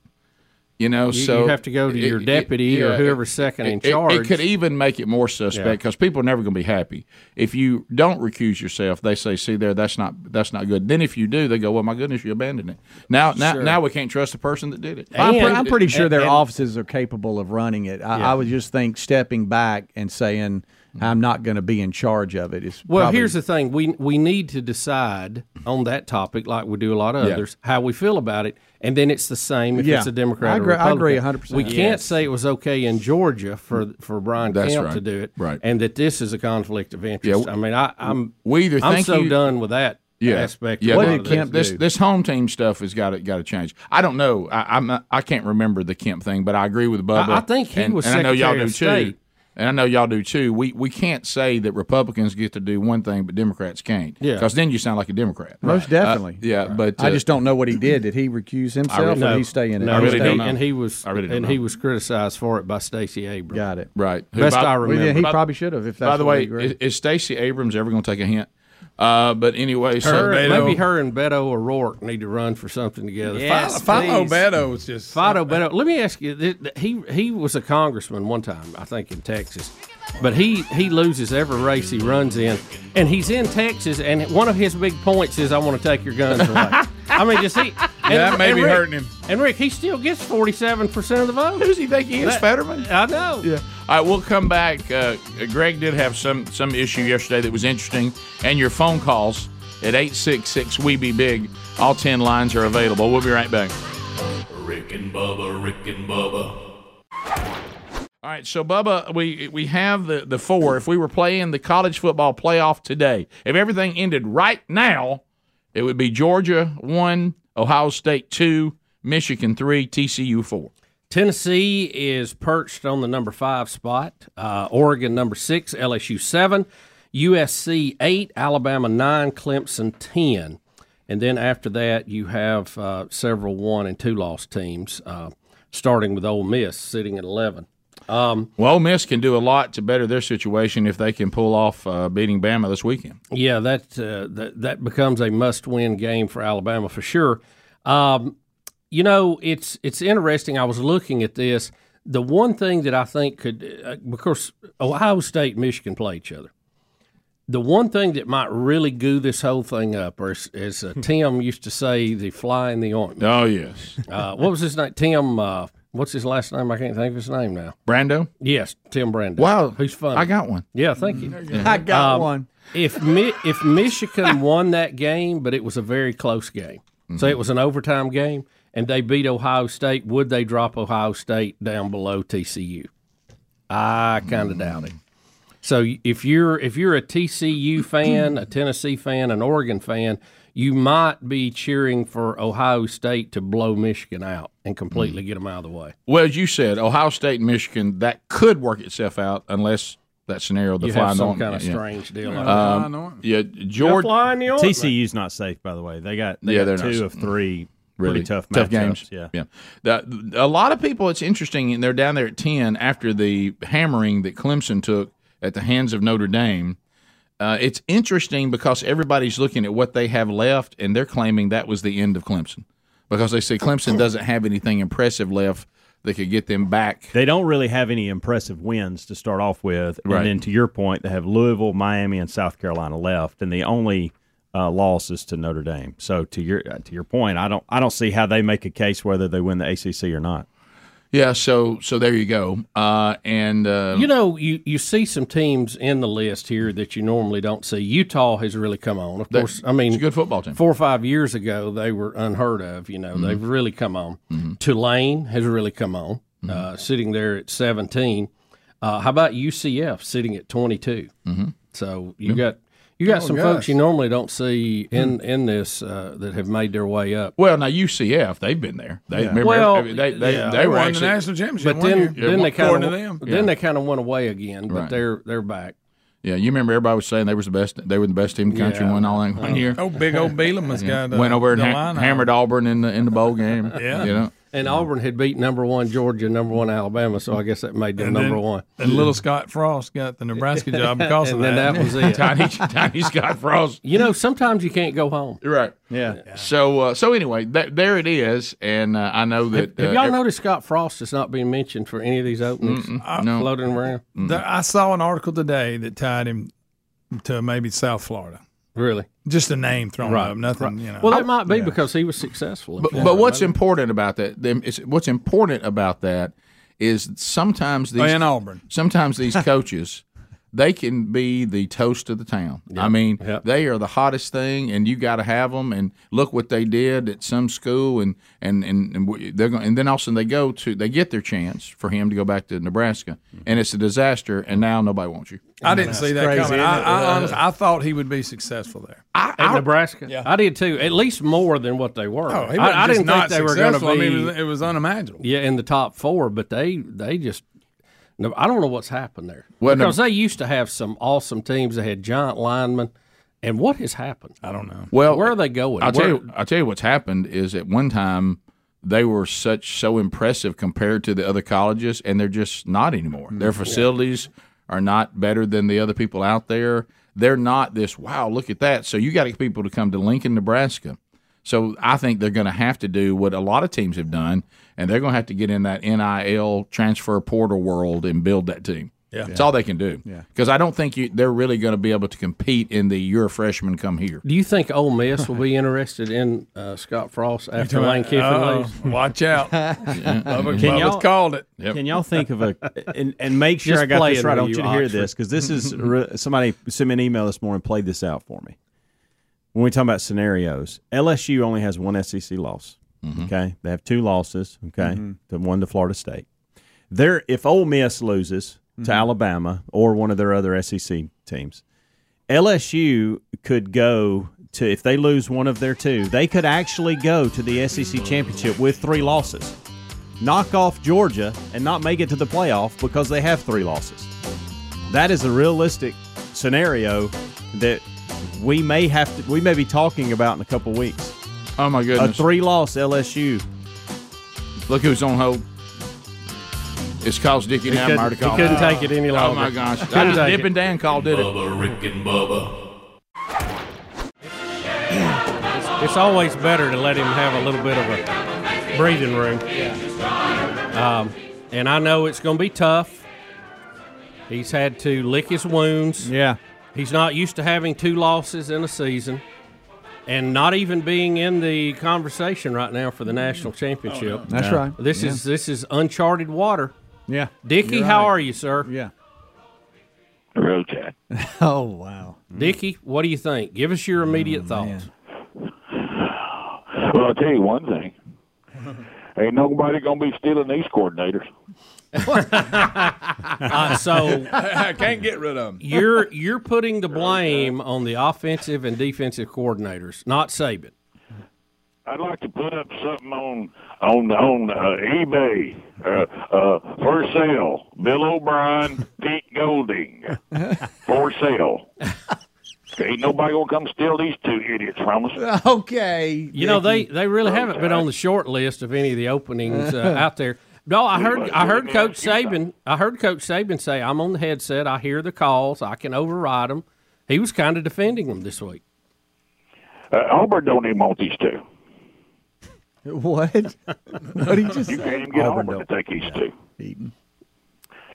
You know, You- so you have to go to your deputy or whoever's second in it- it- It charge. could even make it more suspect because people are never going to be happy if you don't recuse yourself. They say, "See there, that's not that's not good." Then if you do, they go, "Well, my goodness, you abandoned it." Now, now, Sure. now we can't trust the person that did it. I'm, pre- I'm pretty sure And- their and- offices are capable of running it. I, I Yeah. Mm-hmm. would just think stepping back and saying I'm not going to be in charge of it is Well, probably- here's the thing: we we need to decide on that topic, like we do a lot of Yeah. others, how we feel about it, and then it's the same if Yeah. it's a Democrat. I agree- or I agree Republican. 100%. We can't Yes. say it was okay in Georgia for for Brian That's Kemp right. to do it, Right. And that this is a conflict of interest. Yeah. I mean, I, I'm We either I'm think so you- done with that yeah. aspect. Yeah, of a thi- lot of this. this, this home team stuff has got to got to change. I don't know. I, I'm not, I can't remember the Kemp thing, but I agree with Bubba. I- I think he and, was and I know y'all Secretary do of State. too. And I know y'all do too. We we can't say that Republicans get to do one thing, but Democrats can't. Yeah. because then you sound like a Democrat. Most Uh, definitely. yeah, but I just don't know what he did. Did he recuse himself, or did he stay in it? No, He and stayed he- in it. and he was I really don't and he know. was criticized for it by Stacey Abrams. Got it right. Who, Best by- I remember. he probably should have. If that's By the what way, he agreed. is, is Stacey Abrams ever going to take a hint? Uh, but anyway, so Her, maybe her and Beto O'Rourke need to run for something together. Yes, Fi- Philo please. Beto was just- Fido Beto. Let me ask you: th- th- he he was a congressman one time, I think, in Texas, but he he loses every race he runs in, and he's in Texas, and one of his big points is, "I want to take your guns away." I mean, just he. And, that may and be Rick- hurting him. And Rick, he still gets forty-seven percent of the vote. Who's he think he is, Fetterman? I know. Yeah. All right, we'll come back. Uh, Greg did have some some issue yesterday that was interesting, and your phone calls at eight six six we be big. All ten lines are available. We'll be right back. Rick and Bubba, Rick and Bubba, All right, so Bubba, we we have the the four. If we were playing the college football playoff today, if everything ended right now, it would be Georgia one, Ohio State two, Michigan three, TCU four. Tennessee is perched on the number five spot. Uh, Oregon number six, LSU seven, USC eight, Alabama nine, Clemson ten, and then after that you have uh, several one and two loss teams, uh, starting with Ole Miss sitting at eleven. Um, well, Ole Miss can do a lot to better their situation if they can pull off uh, beating Bama this weekend. Yeah, that uh, that that becomes a must-win game for Alabama for sure. Um, you know, it's it's interesting. I was looking at this. The one thing that I think could, uh, because Ohio State, and Michigan play each other. The one thing that might really goo this whole thing up, or as, as uh, Tim used to say, the fly in the ointment. Hmm. Oh yes. Uh, what was his name? Tim. Uh, what's his last name? I can't think of his name now. Brando. Yes, Tim Brando. Wow, who's funny? I got one. Yeah, thank you. Um, go. Mm-hmm. I got one. If Mi- if Michigan won that game, but it was a very close game, so it was an overtime game, and they beat Ohio State, would they drop Ohio State down below TCU? I kind of doubt it. So if you're if you're a TCU fan, a Tennessee fan, an Oregon fan, you might be cheering for Ohio State to blow Michigan out and completely get 'em get them out of the way. Well, as you said, Ohio State and Michigan, that could work itself out unless that scenario, the You fly have some Norton- kind of yeah. strange deal. Um, yeah, George. TCU's not safe, by the way. They got they yeah, got they're two not- of Mm. three really pretty tough tough matchups. games. Yeah, yeah. That- a lot of people, it's interesting, and they're down there at ten after the hammering that Clemson took at the hands of Notre Dame. Uh, it's interesting because everybody's looking at what they have left, and they're claiming that was the end of Clemson because they say Clemson doesn't have anything impressive left that could get them back. They don't really have any impressive wins to start off with, Right. and then to your point, they have Louisville, Miami, and South Carolina left, and the only uh, loss is to Notre Dame. So to your uh, to your point, I don't I don't see how they make a case whether they win the ACC or not. Yeah, so so there you go. Uh, and uh, You know, you, you see some teams in the list here that you normally don't see. Utah has really come on. Of They- course, I mean, it's a good football team. Mm-hmm. Four or five years ago, they were unheard of. You know, they've really come on. Tulane has really come on, Mm-hmm. uh, sitting there at 17. Uh, how about UCF sitting at 22? Mhm. So you got you got Oh, some gosh. Mm-hmm. folks you normally don't see in in this uh, that have made their way up. Well, now UCF, they've been there. They Yeah. remember Well, every- they they, yeah. they, They were won the actually- national championship But one year. then, then they kind According of to them. then Yeah. they kind of went away again, but Right. they're they're back. Yeah, you remember everybody was saying they was the best. They were the best team in the country. Yeah. Won all in one year. Oh, big old Bielema has Yeah. got uh, went over and the ha- line out. hammered Auburn in the in the bowl game. Yeah. you know. And Auburn had beat number one Georgia, number one Alabama, so I guess that made them And number then- one. And little Scott Frost got the Nebraska job because and of then that. that was it. Tiny Scott Frost. You know, sometimes you can't go home. You're right. Yeah. So uh, so anyway, that, there it is, and uh, I know that Have uh, y'all ev- noticed Scott Frost is not being mentioned for any of these openings Mm-mm. uh, No. floating around? There- I saw an article today that tied him to maybe South Florida. Really? Just a name thrown Right, up, nothing. You know. Well, that might be because he was successful. in But, Florida, but what's maybe. important about that? them- It's, what's important about that is sometimes these And Auburn. Sometimes these coaches, they can be the toast of the town. I mean, they are the hottest thing, and you got to have them. And look what they did at some school, and and and, and we- they're going. And then all of a sudden they go to they get their chance for him to go back to Nebraska, and it's a disaster. And now nobody wants you. I didn't see that Crazy, coming. isn't I, it? I, honestly, I thought he would be successful there. At Nebraska, I did too. At least more than what they were. Oh, he wasn't I, I just didn't think not they were going to be. successful. I mean, it was- it was unimaginable. Yeah, in the top four, but they they just. No, I don't know what's happened there Well, no- because they used to have some awesome teams. They had giant linemen, and what has happened? I don't know. Well, where are they going? I'll tell Where- you. I'll tell you what's happened is at one time they were such so impressive compared to the other colleges, and they're just not anymore. Their Yeah. facilities are not better than the other people out there. They're not this. Wow, look at that. So you got to get people to come to Lincoln, Nebraska. So I think they're going to have to do what a lot of teams have done, and they're going to have to get in that NIL transfer portal world and build that team. Yeah. it's all they can do. Yeah. because I don't think you, they're really going to be able to compete in the you're a freshman, come here. Do you think Ole Miss will be interested in uh, Scott Frost after talking Lane Kiffin about- oh. leaves? uh-oh, watch out. Yeah. Bubba- Can Bubba's y'all- called it. Yep. Can y'all think of a and, and make sure Just I got this playing right? with I want you, you to hear Oxford. this because this is re- somebody sent me an email this morning. Played this out for me. When we talk about scenarios, LSU only has one SEC loss. Okay, they have two losses. Okay, Mhm. the one to Florida State. There, if Ole Miss loses to Alabama or one of their other SEC teams, LSU could go to if they lose one of their two, they could actually go to the SEC championship with three losses. Knock off Georgia and not make it to the playoff because they have three losses. That is a realistic scenario that we may have to we may be talking about in a couple weeks. Oh my goodness. A three loss LSU. Look who's on hold. It's Carl's Dickie He Downmire to couldn't- call. he couldn't take it any Oh longer. my gosh. Couldn't take Dip and Dan call did it. Bubba, Rick and Bubba. It's, it's always better to let him have a little bit of a breathing room. Um, and I know it's going to be tough. He's had to lick his wounds. Yeah. He's not used to having two losses in a season and not even being in the conversation right now for the national championship. Oh, That's Yeah. right. This Yeah. is this is uncharted water. Yeah. Dickie, You're how right. are you, sir? Yeah. Rotate. Oh wow. Oh, Dickie, what do you think? Give us your immediate thoughts. Well, I'll tell you one thing. Ain't nobody gonna be stealing these coordinators. Uh, so I can't get rid of them. You're you're putting the blame on the offensive and defensive coordinators, not Saban. I'd like to put up something on on on uh, eBay uh, uh, for sale. Bill O'Brien, Pete Golding for sale. Ain't nobody gonna come steal these two idiots from us. Okay. You know they they really haven't been on the short list of any of the openings uh, out there. No, I heard I heard Coach Saban. I heard Coach Saban say, "I'm on the headset. I hear the calls. I can override them." He was kind of defending them this week. Uh, Auburn don't even want these two. What? what did you just Oh, say? You can't even get Auburn, to take these two.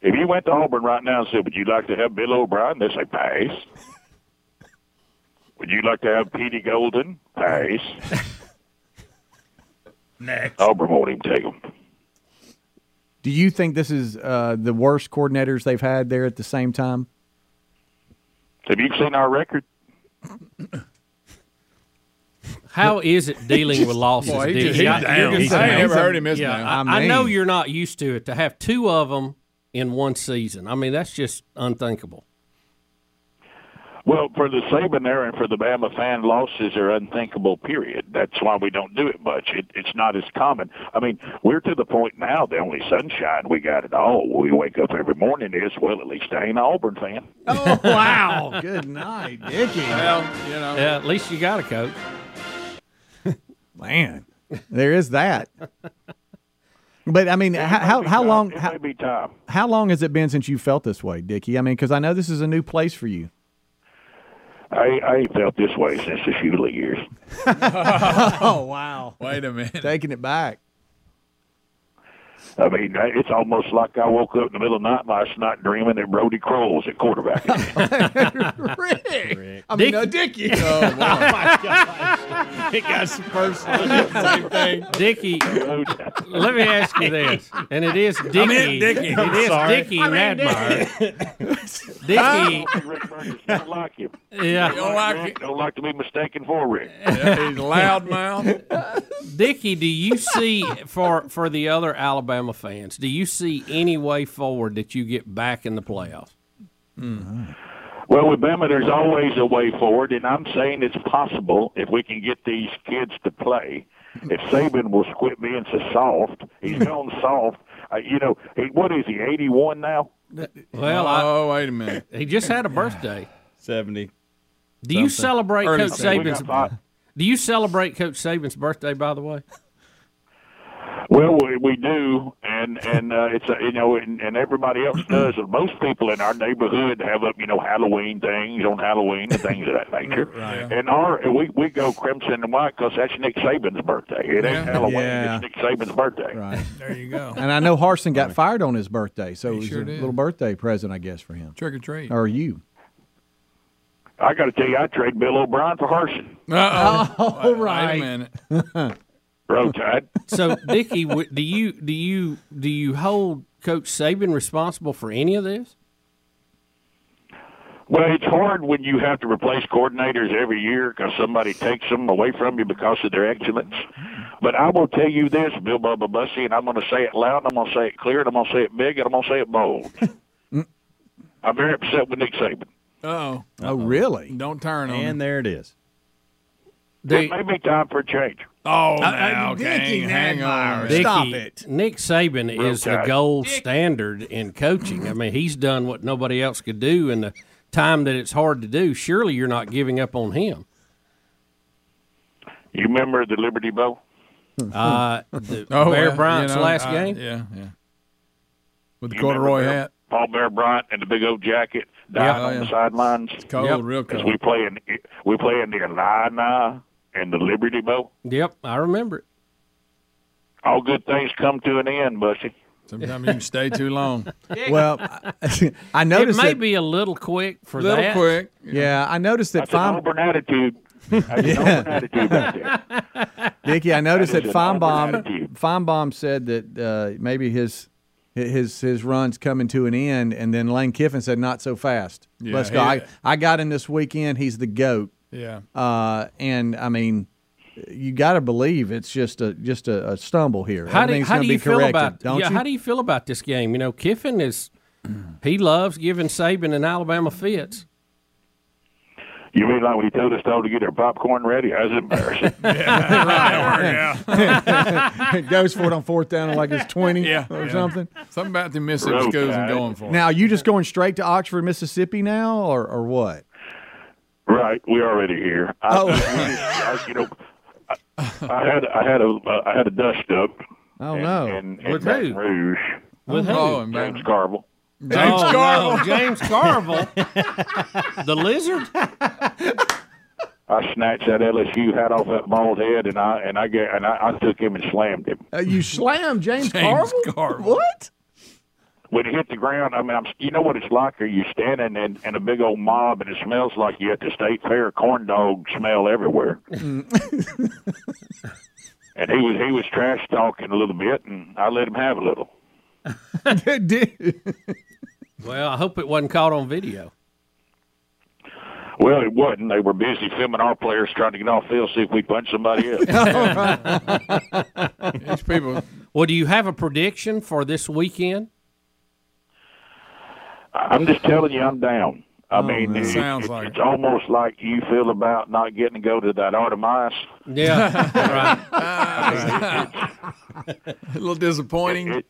If you went to Auburn right now and said, "Would you like to have Bill O'Brien?" They say, "Pass." Would you like to have Petey Golden? Pass. Next. Auburn won't even take them. Do you think this is uh, the worst coordinators they've had there at the same time? Have you seen our record? How is it dealing with losses? Boy, he Diddy? just- he's I- down. you're He's gonna- down. I ain't never heard him miss Yeah, now. I, I I know mean. you're not used to it. To have two of them in one season, I mean that's just unthinkable. Well, for the Saban era and for the Bama fan, losses are unthinkable. Period. That's why we don't do it much. It, it's not as common. I mean, we're to the point now. The only sunshine we got at all, we wake up every morning is well. At least I ain't an Auburn fan. Oh wow! Good night, Dickie. Well, you know. Yeah, at least you got a coach. Man, there is that. But I mean, how how, how long It may be time. how long has it been since you felt this way, Dickie? I mean, because I know this is a new place for you. I, I ain't felt this way since the Shula years. oh wow! Wait a minute, taking it back. I mean, it's almost like I woke up in the middle of the night last night dreaming that Brody Crowell's at quarterback. Rick. I mean, no, Dickie. Oh, my gosh. It got some personal. Same thing. Dickie, let me ask you this, and it is Dickie. I meant Dickie. It I'm is sorry. Dickie I meant Radmeyer. Dickie. don't like him. Yeah. Don't like, Rick, don't like to be mistaken for Rick. Dickie, do you see for for the other Alabama fans? Do you see any way forward that you get back in the playoffs? Well, with Bama, there's always a way forward, and I'm saying it's possible if we can get these kids to play. If Saban will quit being so soft, he's gone soft. Uh, you know, he, what is he, 81 now? Well, oh wait a minute. He just had a birthday. Seventy. Do you Something. celebrate Early Coach seventies. We Saban's? Do you celebrate Coach Saban's birthday? By the way, Well, we, we do, and and uh, it's a, you know, and, and everybody else does. And most people in our neighborhood have up, you know, Halloween things on Halloween and things of that nature. Right. And our and we we go crimson and white because that's Nick Saban's birthday. It ain't Halloween. Yeah. It's Nick Saban's birthday. Right. There you go. And I know Harson got fired on his birthday, so it was sure a did. little birthday present, I guess, for him. Trick or treat. Or you? I got to tell you, I trade Bill O'Brien for Harson. Uh-oh. All Wait a right. minute. Row Tide. so Dickie, w- do you do you do you hold Coach Saban responsible for any of this? Well, it's hard when you have to replace coordinators every year because somebody takes them away from you because of their excellence. But I will tell you this, Bill Bubba Bussy, and I'm going to say it loud, and I'm going to say it clear, and I'm going to say it big, and I'm going to say it bold. I'm very upset with Nick Saban. Oh. Oh, really? Don't turn on. him. And there it is. it may be time for a change. Oh, Uh, now, uh, okay, Dickie hang on. Dickie, Stop it. Nick Saban is the tight. gold standard in coaching. I mean, he's done what nobody else could do in the time that it's hard to do. Surely you're not giving up on him. You remember the Liberty Bowl? Uh, the Oh, Bear uh, Bryant's you know, last uh, game. Yeah, yeah. With the You remember corduroy Bear- hat. Paul Bear Bryant and the big old jacket dying Yeah. on Oh, the yeah. sidelines. It's cold, real cold. We play in we play in the Illini and the Liberty Bowl. Yep, I remember it. All good things come to an end, Bussy. Sometimes you can stay too long. Well, I, I It noticed may that, be a little quick for Little that. quick. Yeah, I noticed that. That's an Feinbaum, Auburn attitude. That's an Auburn attitude right there. Dickie, I noticed That that is an Auburn Feinbaum, Feinbaum said that uh, maybe his his his run's coming to an end, and then Lane Kiffin said, "Not so fast." Yeah, Let's go. he- I, I got him this weekend. He's the goat. Yeah. Uh, and I mean, you got to believe it's just a just a, a stumble here. How do, Everything's how gonna do be you feel corrected, about don't yeah, you? How do you feel about this game? You know, Kiffin is he loves giving Saban and Alabama fits. You mean like when he told us all to get our popcorn ready? That was embarrassing. it goes for it on fourth down like it's twenty or something. Something about the Mississippi schools and going for. it. Now, you just going straight to Oxford, Mississippi now, or, or what? Right, we're already here. I, Oh. I, you know, I, I had I had a uh, I had a dust up. Oh in, no! In, in Baton Rouge. With who? Oh, in James Carville. James Oh, Carville. no, James Carville. the lizard. I snatched that LSU hat off that bald head, and I and I get and I, I took him and slammed him. Uh, you slammed James, James Carville? What? When it hit the ground, I mean, I'm, you know what it's like? Are you standing in, in a big old mob, and it smells like you at the state fair? Corn dog smell everywhere. And he was he was trash talking a little bit, and I let him have a little. Well, I hope it wasn't caught on video. Well, it wasn't. They were busy filming our players trying to get off field, see if we punch somebody Oh. else. These people. Well, do you have a prediction for this weekend? I'm just telling you, I'm down. I Oh, mean, man. it- Sounds it- like it's almost like you feel about not getting to go to that Artemis. Yeah, a little disappointing.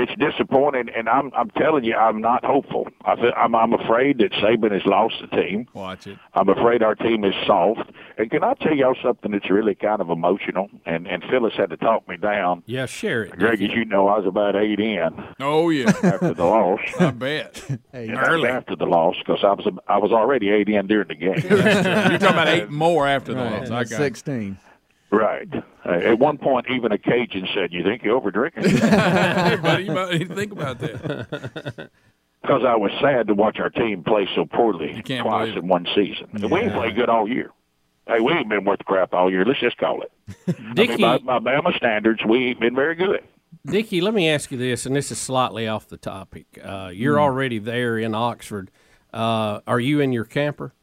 It's disappointing, and I'm I'm telling you, I'm not hopeful. I feel, I'm I'm afraid that Saban has lost the team. Watch it. I'm afraid our team is soft. And can I tell y'all something that's really kind of emotional? And and Phyllis had to talk me down. Yeah, share it. Greg, as you know, I was about eight in Oh yeah. after the loss. I bet. And that was after the loss because I was I was already eight in during the game. You're talking about eight more after the Right, loss. I got it. sixteen. Right. Uh, at one point, even a Cajun said, "You think you're overdrinking?" Hey, buddy, you might need to think about that. Because I was sad to watch our team play so poorly can't twice believe it. in one season. And We ain't played good all year. Hey, we ain't been worth the crap all year. Let's just call it. I mean, Dickie- by, by Bama standards, we ain't been very good. Dickie, let me ask you this, and this is slightly off the topic. Uh, you're Hmm. already there in Oxford. Uh, are you in your camper?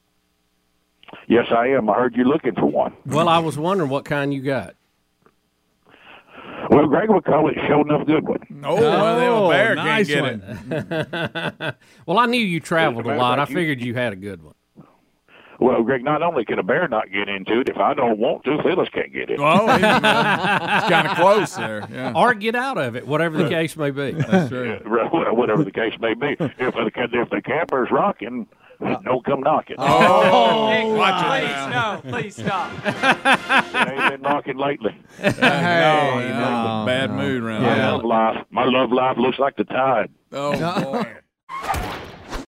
Yes, I am. I heard you're looking for one. Well, I was wondering what kind you got. Well, Greg would call it show enough good one. Oh, well, the old bear can't nice get one. well, I knew you traveled a matter lot. I about you? figured you had a good one. Well, Greg, not only can a bear not get into it, if I don't want to, Phyllis can't get in. Oh, it's kind of close there. Yeah. Or get out of it, whatever the case may be. That's true. Whatever the case may be. If the, if the camper's rocking, Uh, no come knocking. Oh, Nick, watch it please, now. no, please stop. it ain't been knocking lately. no, no, bad mood around My here. love life. My love life looks like the tide. Oh, boy.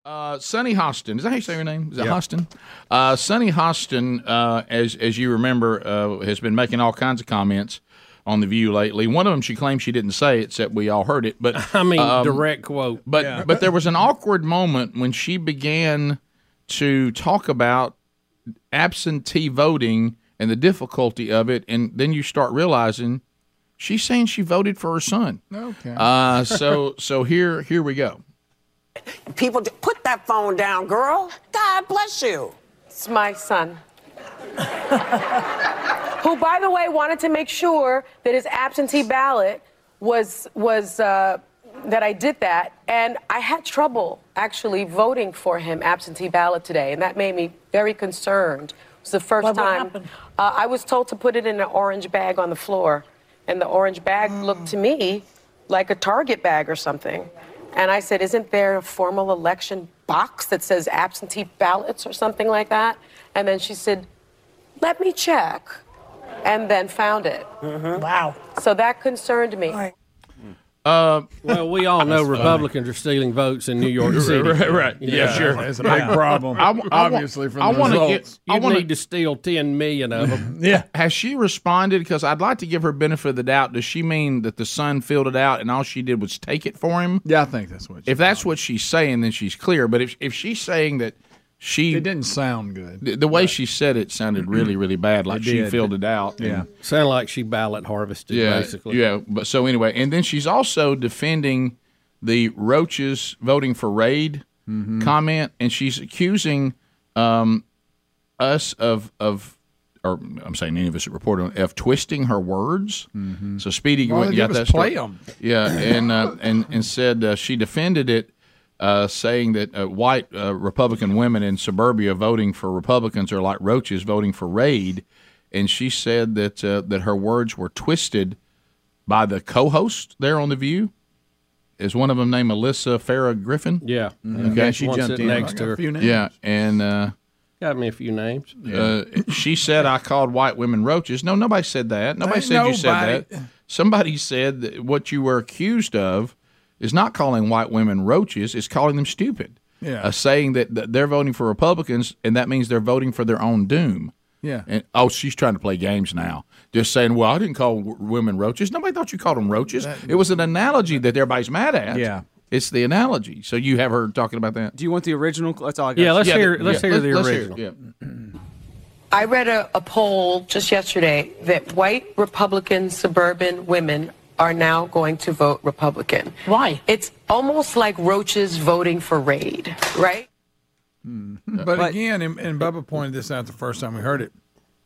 Uh, Sonny Hostin, is that how you say your name? Is that Yeah. Hostin? Uh, Sonny Hostin, uh, as as you remember, uh, has been making all kinds of comments on the View lately. One of them, she claims she didn't say, except we all heard it. But I mean, um, direct quote. But but there was an awkward moment when she began to talk about absentee voting and the difficulty of it, and then you start realizing she's saying she voted for her son. Okay. Uh, so so here here we go. People, d- put that phone down, girl. God bless you. It's my son. Who, by the way, wanted to make sure that his absentee ballot was was uh, that I did that, and I had trouble actually voting for him absentee ballot today, and that made me very concerned. It was the first time uh, I was told to put it in an orange bag on the floor, and the orange bag looked to me like a Target bag or something. And I said, Isn't there a formal election box that says absentee ballots or something like that? And then she said, Let me check. And then found it. Wow. So that concerned me. Uh, well, we all know Republicans are stealing votes in New York City. Right, right. Yeah, sure. That's a big problem, obviously, from I the wanna results. Get, I You want need to steal ten million of them. Yeah. Has she responded? Because I'd like to give her benefit of the doubt. Does she mean that the son filled it out and all she did was take it for him? Yeah, I think that's what. If that's what she's saying, then she's clear. But if if she's saying that she it didn't sound good. The, the way she said it sounded really really bad. Like It she did. filled it out. and- sound like she ballot harvested. yeah, basically. yeah. But so anyway, and then she's also defending the roaches voting for raid Mm-hmm. comment, and she's accusing um, us of of or I'm saying any of us that reported on F twisting her words. Mm-hmm. So Speedy Why went don't and you got just that story. play 'em? Yeah, and uh, and and said uh, she defended it, uh, saying that uh, white uh, Republican women in suburbia voting for Republicans are like roaches voting for Raid, and she said that uh, that her words were twisted by the co-host there on the View. Is one of them named Alyssa Farah Griffin? Mm-hmm. Yeah. Okay, Yeah, she One jumped sitting in. next to her. A few names. Yeah, and. Uh, Got me a few names. uh, she said I called white women roaches. No, nobody said that. Nobody Ain't said you said nobody- that. Somebody said that what you were accused of is not calling white women roaches; it's calling them stupid. Yeah. Uh, saying that, that they're voting for Republicans, and that means they're voting for their own doom. Yeah. And oh, she's trying to play games now. Just saying, well, I didn't call w- women roaches. Nobody thought you called them roaches. it was an analogy that everybody's mad at. Yeah. It's the analogy. So you have her talking about that. Do you want the original? That's all I got. Yeah, let's Yeah, hear- the- let's yeah. hear the Let's- let's hear it, original. I read a, a poll just yesterday that white Republican suburban women are now going to vote Republican. Why? It's almost like roaches voting for raid, right? Mm-hmm. But, again, and, and Bubba pointed this out the first time we heard it.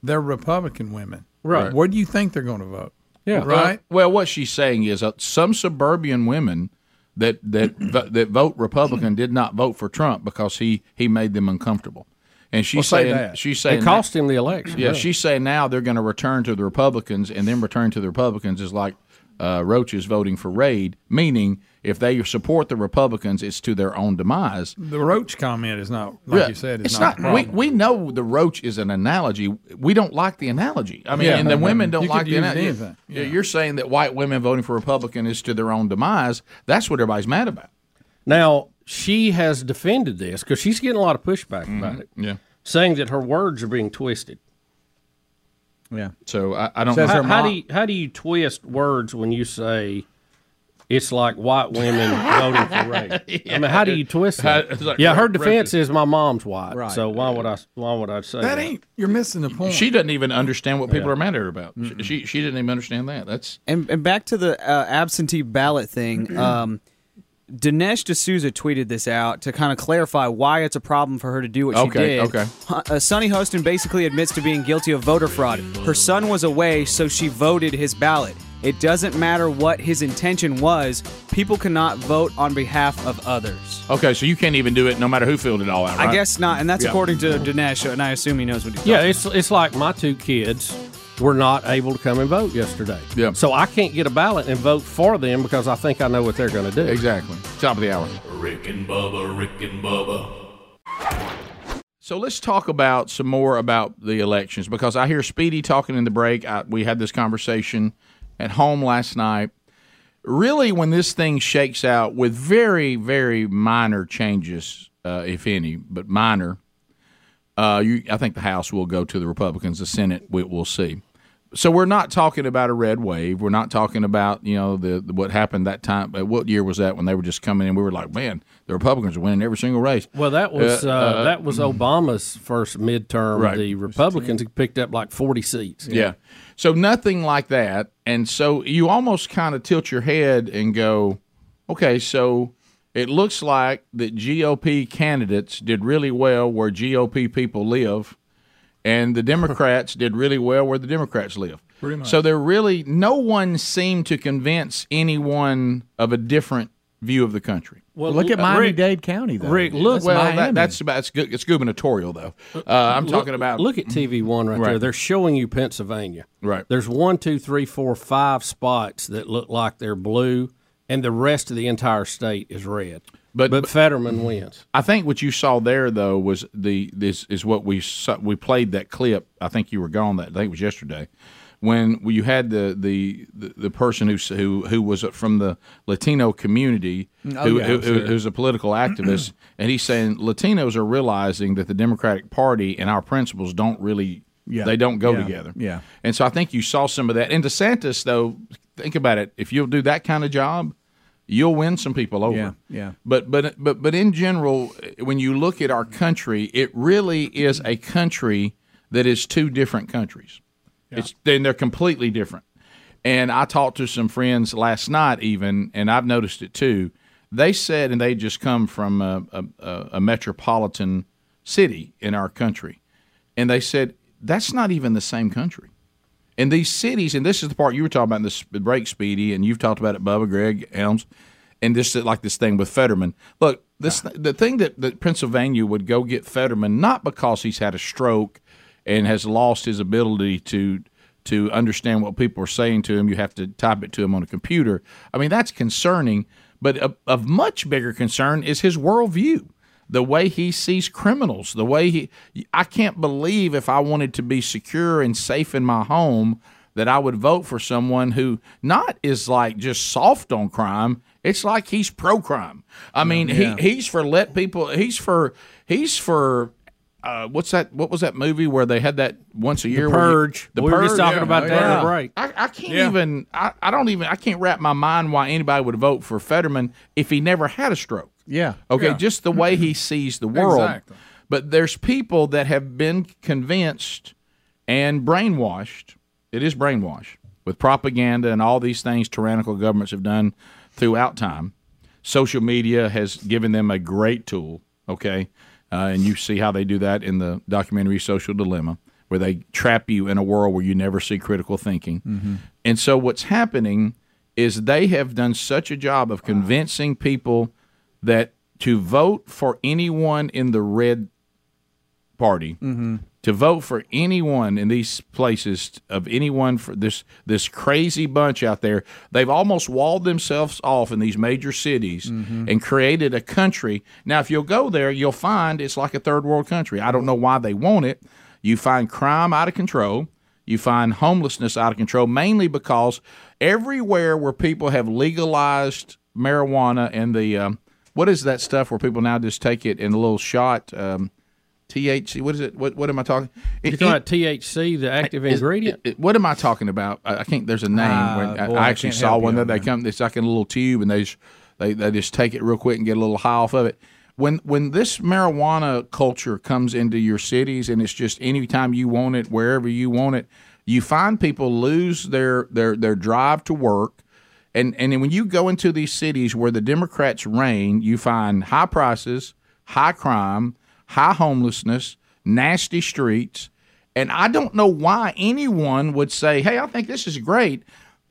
They're Republican women, Right. Where do you think they're going to vote? Well, right. Uh, well, what she's saying is uh, some suburban women that that vo- that vote Republican did not vote for Trump because he he made them uncomfortable. And she's Well, say saying that. she's It saying cost him the election, Yeah, yeah. she's saying now they're going to return to the Republicans, and then return to the Republicans is like uh, roaches voting for raid. Meaning, if they support the Republicans, it's to their own demise. The Roach comment is not like Yeah. you said. It's, it's not. the we, problem. we know the roach is an analogy. We don't like the analogy. I mean, Yeah. and the women don't You could like the use analogy. anything. Yeah. You're saying that white women voting for Republican is to their own demise. That's what everybody's mad about. Now, she has defended this because she's getting a lot of pushback about it. Mm-hmm. Yeah. Saying that her words are being twisted. Yeah. So I, I don't how, know. how do you, how do you twist words when you say it's like white women voting for rape? I mean, how do you twist How- that? it's like yeah, her rape- defense is my mom's white, Right. so why would I why would I say That ain't. You're missing the point. She doesn't even understand what people Yeah. are mad at her about. She, she she didn't even understand that. That's And, and back to the uh, absentee ballot thing. Mm-hmm. Um, Dinesh D'Souza tweeted this out to kind of clarify why it's a problem for her to do what she Okay, did. okay. Uh, Sonny Hostin basically admits to being guilty of voter fraud. Her son was away, so she voted his ballot. It doesn't matter what his intention was, people cannot vote on behalf of others. okay. So you can't even do it, no matter who filled it all out. I right? guess not, and that's Yeah. according to Dinesh, and I assume he knows what he's Yeah, it's it's like my two kids were not able to come and vote yesterday. Yeah. So I can't get a ballot and vote for them because I think I know what they're going to do. Exactly. Top of the hour. Rick and Bubba, Rick and Bubba. So let's talk about some more about the elections because I hear Speedy talking in the break. I, we had this conversation at home last night. Really, when this thing shakes out with very, very minor changes, uh, if any, but minor, uh, you, I think the House will go to the Republicans. The Senate, we, we'll see. So we're not talking about a red wave. We're not talking about you know the, the what happened that time. uh, What year was that when they were just coming in? We were like, man, the Republicans are winning every single race. Well, that was uh, Uh, uh, that was Obama's first midterm. Right. The Republicans picked up like forty seats. Yeah. So nothing like that. And so you almost kind of tilt your head and go, okay, so it looks like that GOP candidates did really well where GOP people live, and the Democrats did really well where the Democrats live. Pretty much. So there really, no one seemed to convince anyone of a different view of the country. Well, look at Miami Dade County, though. Rick, look. That's Well, Miami. that, that's about it's, good, it's gubernatorial though. Uh, I'm Look- talking about Look at TV One right, Right. there. They're showing you Pennsylvania. Right. There's one, two, three, four, five spots that look like they're blue, and the rest of the entire state is red. But- but Fetterman wins. Mm-hmm. I think what you saw there though was the this is what we saw, we played that clip. I think you were gone that I think it was yesterday when you had the the the, the person who who who was from the Latino community Oh, who, yeah, who- sure. who's a political activist and he's saying Latinos are realizing that the Democratic Party and our principles don't really Yeah. they don't go Yeah. together. Yeah. And so I think you saw some of that. And DeSantis though, think about it, if you'll do that kind of job, you'll win some people over. Yeah. Yeah. But but but but in general, when you look at our country, it really is a country that is two different countries. It's then they're completely different. And I talked to some friends last night, even, and I've noticed it too. They said, and they just come from a, a, a- a metropolitan city in our country, and they said That's not even the same country. And these cities, and this is the part you were talking about in this break, Speedy, and you've talked about it, Bubba, Greg, Elms, and this like this thing with Fetterman. Look, this the thing that, that Pennsylvania would go get Fetterman not because he's had a stroke and has lost his ability to to understand what people are saying to him. You have to type it to him on a computer. I mean, that's concerning. But of, of much bigger concern is his worldview, the way he sees criminals, the way he. I can't believe if I wanted to be secure and safe in my home that I would vote for someone who not is like just soft on crime. It's like he's pro crime. I mean, yeah. he, he's for let people. He's for he's for. Uh, what's that? What was that movie where they had that once a year? where you- Purge. We were just talking about that on the break. I, I can't even. I, I don't even. I can't wrap my mind why anybody would vote for Fetterman if he never had a stroke. Yeah. Okay, Yeah. just the way he sees the world. Exactly. But there's people that have been convinced and brainwashed. It is brainwashed with propaganda and all these things tyrannical governments have done throughout time. Social media has given them a great tool. Okay, uh, and you see how they do that in the documentary Social Dilemma, where they trap you in a world where you never see critical thinking. And so what's happening is they have done such a job of convincing people that to vote for anyone in the red party, to vote for anyone in these places of anyone for this this crazy bunch out there, they've almost walled themselves off in these major cities and created a country. Now, if you'll go there, you'll find it's like a third world country. I don't know why they want it. You find crime out of control. You find homelessness out of control, mainly because everywhere where people have legalized marijuana and the um, what is that stuff where people now just take it in a little shot? Um, THC. What is it? What, what am I talking? You're talking about THC, the active Is- ingredient. it- it- what am I talking about? I, I think there's a name. Ah, when I, boy, I I actually can't saw help one you that on they come. It's like in a little tube, and they just, they they just take it real quick and get a little high off of it. When when this marijuana culture comes into your cities, and it's just anytime you want it, wherever you want it, you find people lose their their their drive to work. And and then when you go into these cities where the Democrats reign, you find high prices, high crime, high homelessness, nasty streets, and I don't know why anyone would say, "Hey, I think this is great."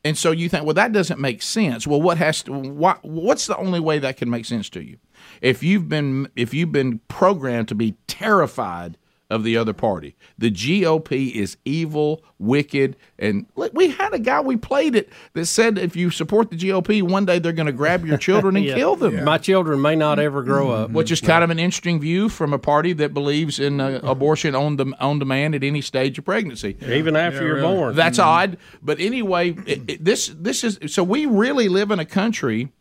And so you think, "Well, that doesn't make sense." Well, what has to why, what's the only way that can make sense to you? If you've been if you've been programmed to be terrified of the other party. The GOP is evil, wicked, and look, we had a guy we played it that said if you support the GOP, one day they're going to grab your children and Yeah. kill them. My children may not ever grow up. Mm-hmm. Which is kind of an interesting view from a party that believes in uh, abortion on dem- on demand at any stage of pregnancy, Even after Yeah, you're really. born. That's Mhm. odd, but anyway, it, it- this this is so we really live in a country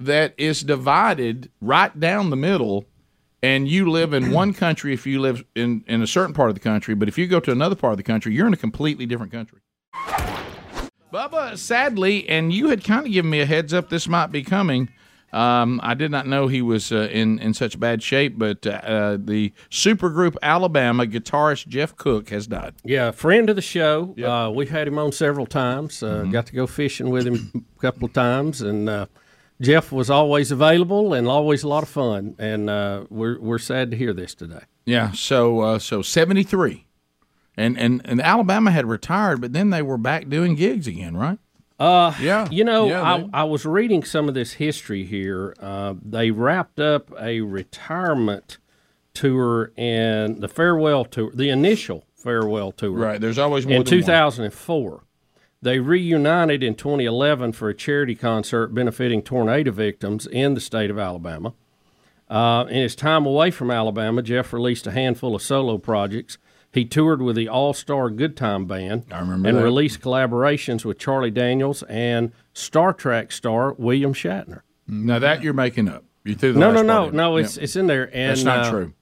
that is divided right down the middle. And you live in one country if you live in, in a certain part of the country, but if you go to another part of the country, you're in a completely different country. Bubba, sadly, and you had kind of given me a heads up this might be coming. Um, I did not know he was uh, in in such bad shape, but uh, uh, the supergroup Alabama guitarist Jeff Cook has died. Yeah, a friend of the show. Uh, we've had him on several times. Mm-hmm. Uh, Got to go fishing with him a couple of times, and uh, Jeff was always available and always a lot of fun. And uh, we're we're sad to hear this today. Yeah, so uh, so seventy three, and and and Alabama had retired, but then they were back doing gigs again, right? Uh, yeah. You know, Yeah, I, they- I was reading some of this history here. Uh, they wrapped up a retirement tour and the farewell tour, the initial farewell tour. Right, there's always more in than one. 2004. They reunited in 2011 for a charity concert benefiting tornado victims in the state of Alabama. Uh, in his time away from Alabama, Jeff released a handful of solo projects. He toured with the All Star Good Time Band I remember and that. released collaborations with Charlie Daniels and Star Trek star William Shatner. Now that you're making up, you threw the No, last no, part no, no. in. Yeah. It's it's in there. And That's not uh, true.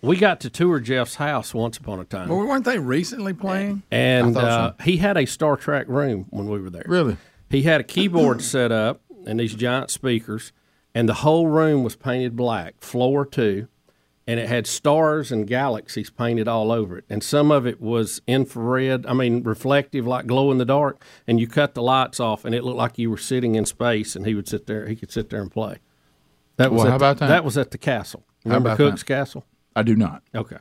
We got to tour Jeff's house once upon a time. Well, weren't they recently playing? And I uh, thought he had a Star Trek room when we were there. Really? He had a keyboard set up and these giant speakers, and the whole room was painted black, floor two, and it had stars and galaxies painted all over it. And some of it was infrared, I mean, reflective, like glow in the dark. And you cut the lights off, and it looked like you were sitting in space, and he would sit there, he could sit there and play. That was Well, at how about the, that? was at the castle. How Remember about Cook's that? Castle? I do not. Okay.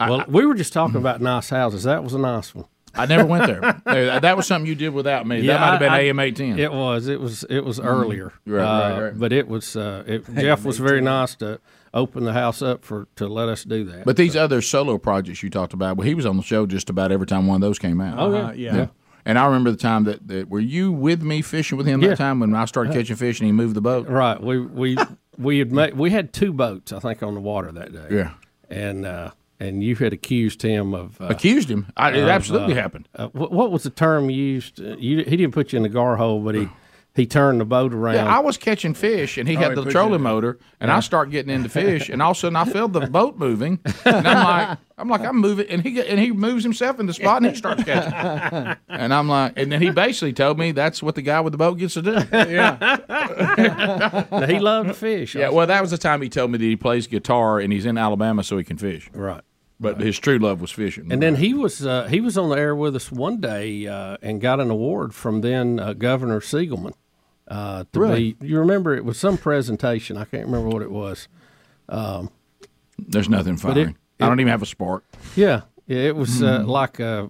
Well, we were just talking about nice houses. That was a nice one. I never went there. Hey, that was something you did without me. that Yeah, might have been I- I- AM eight ten. It was. It was. It was Mhm. earlier. Right, right, Uh, right. But it was. Uh, it, Jeff was very nice to open the house up for to let us do that. But these other solo projects you talked about, well, he was on the show just about every time one of those came out. Oh, yeah. Uh-huh, yeah. And I remember the time that, that were you with me fishing with him Yeah. Uh-huh. that time when I started catching fish and he moved the boat. Right. We we we had made, we had two boats I think on the water that day. Yeah. And uh, and you had accused him of uh, Accused him? I- it absolutely happened. Uh, what, what was the term you used? Uh, You, he didn't put you in the gar hole, but he he turned the boat around. Yeah, I was catching fish and he Oh, had he the put you trolling in. motor, and Yeah. I start getting into fish, and all of a sudden I feel the boat moving, and I'm like, I'm like, I'm moving, and he get- and he moves himself in the spot, and he starts catching, and I'm like, and then he basically told me that's what the guy with the boat gets to do. Now, he loved fish. Yeah, well, that was the time he told me that he plays guitar and he's in Alabama so he can fish. Right. But his true love was fishing. And then he was uh, he was on the air with us one day uh, and got an award from then uh, Governor Siegelman. Uh, to Really? be, you remember it was some presentation. I can't remember what it was. Um, There's nothing but it- firing. I don't it- even have a spark. Yeah, yeah, it was uh, Mm. like uh,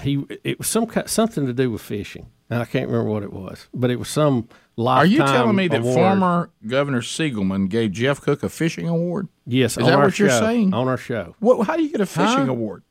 he. It was some ki something to do with fishing. And I can't remember what it was, but it was some lifetime. Are you telling me that award. former Governor Siegelman gave Jeff Cook a fishing award? Yes, Is on that our what you're show, saying? on our show? What? How do you get a fishing Huh? award?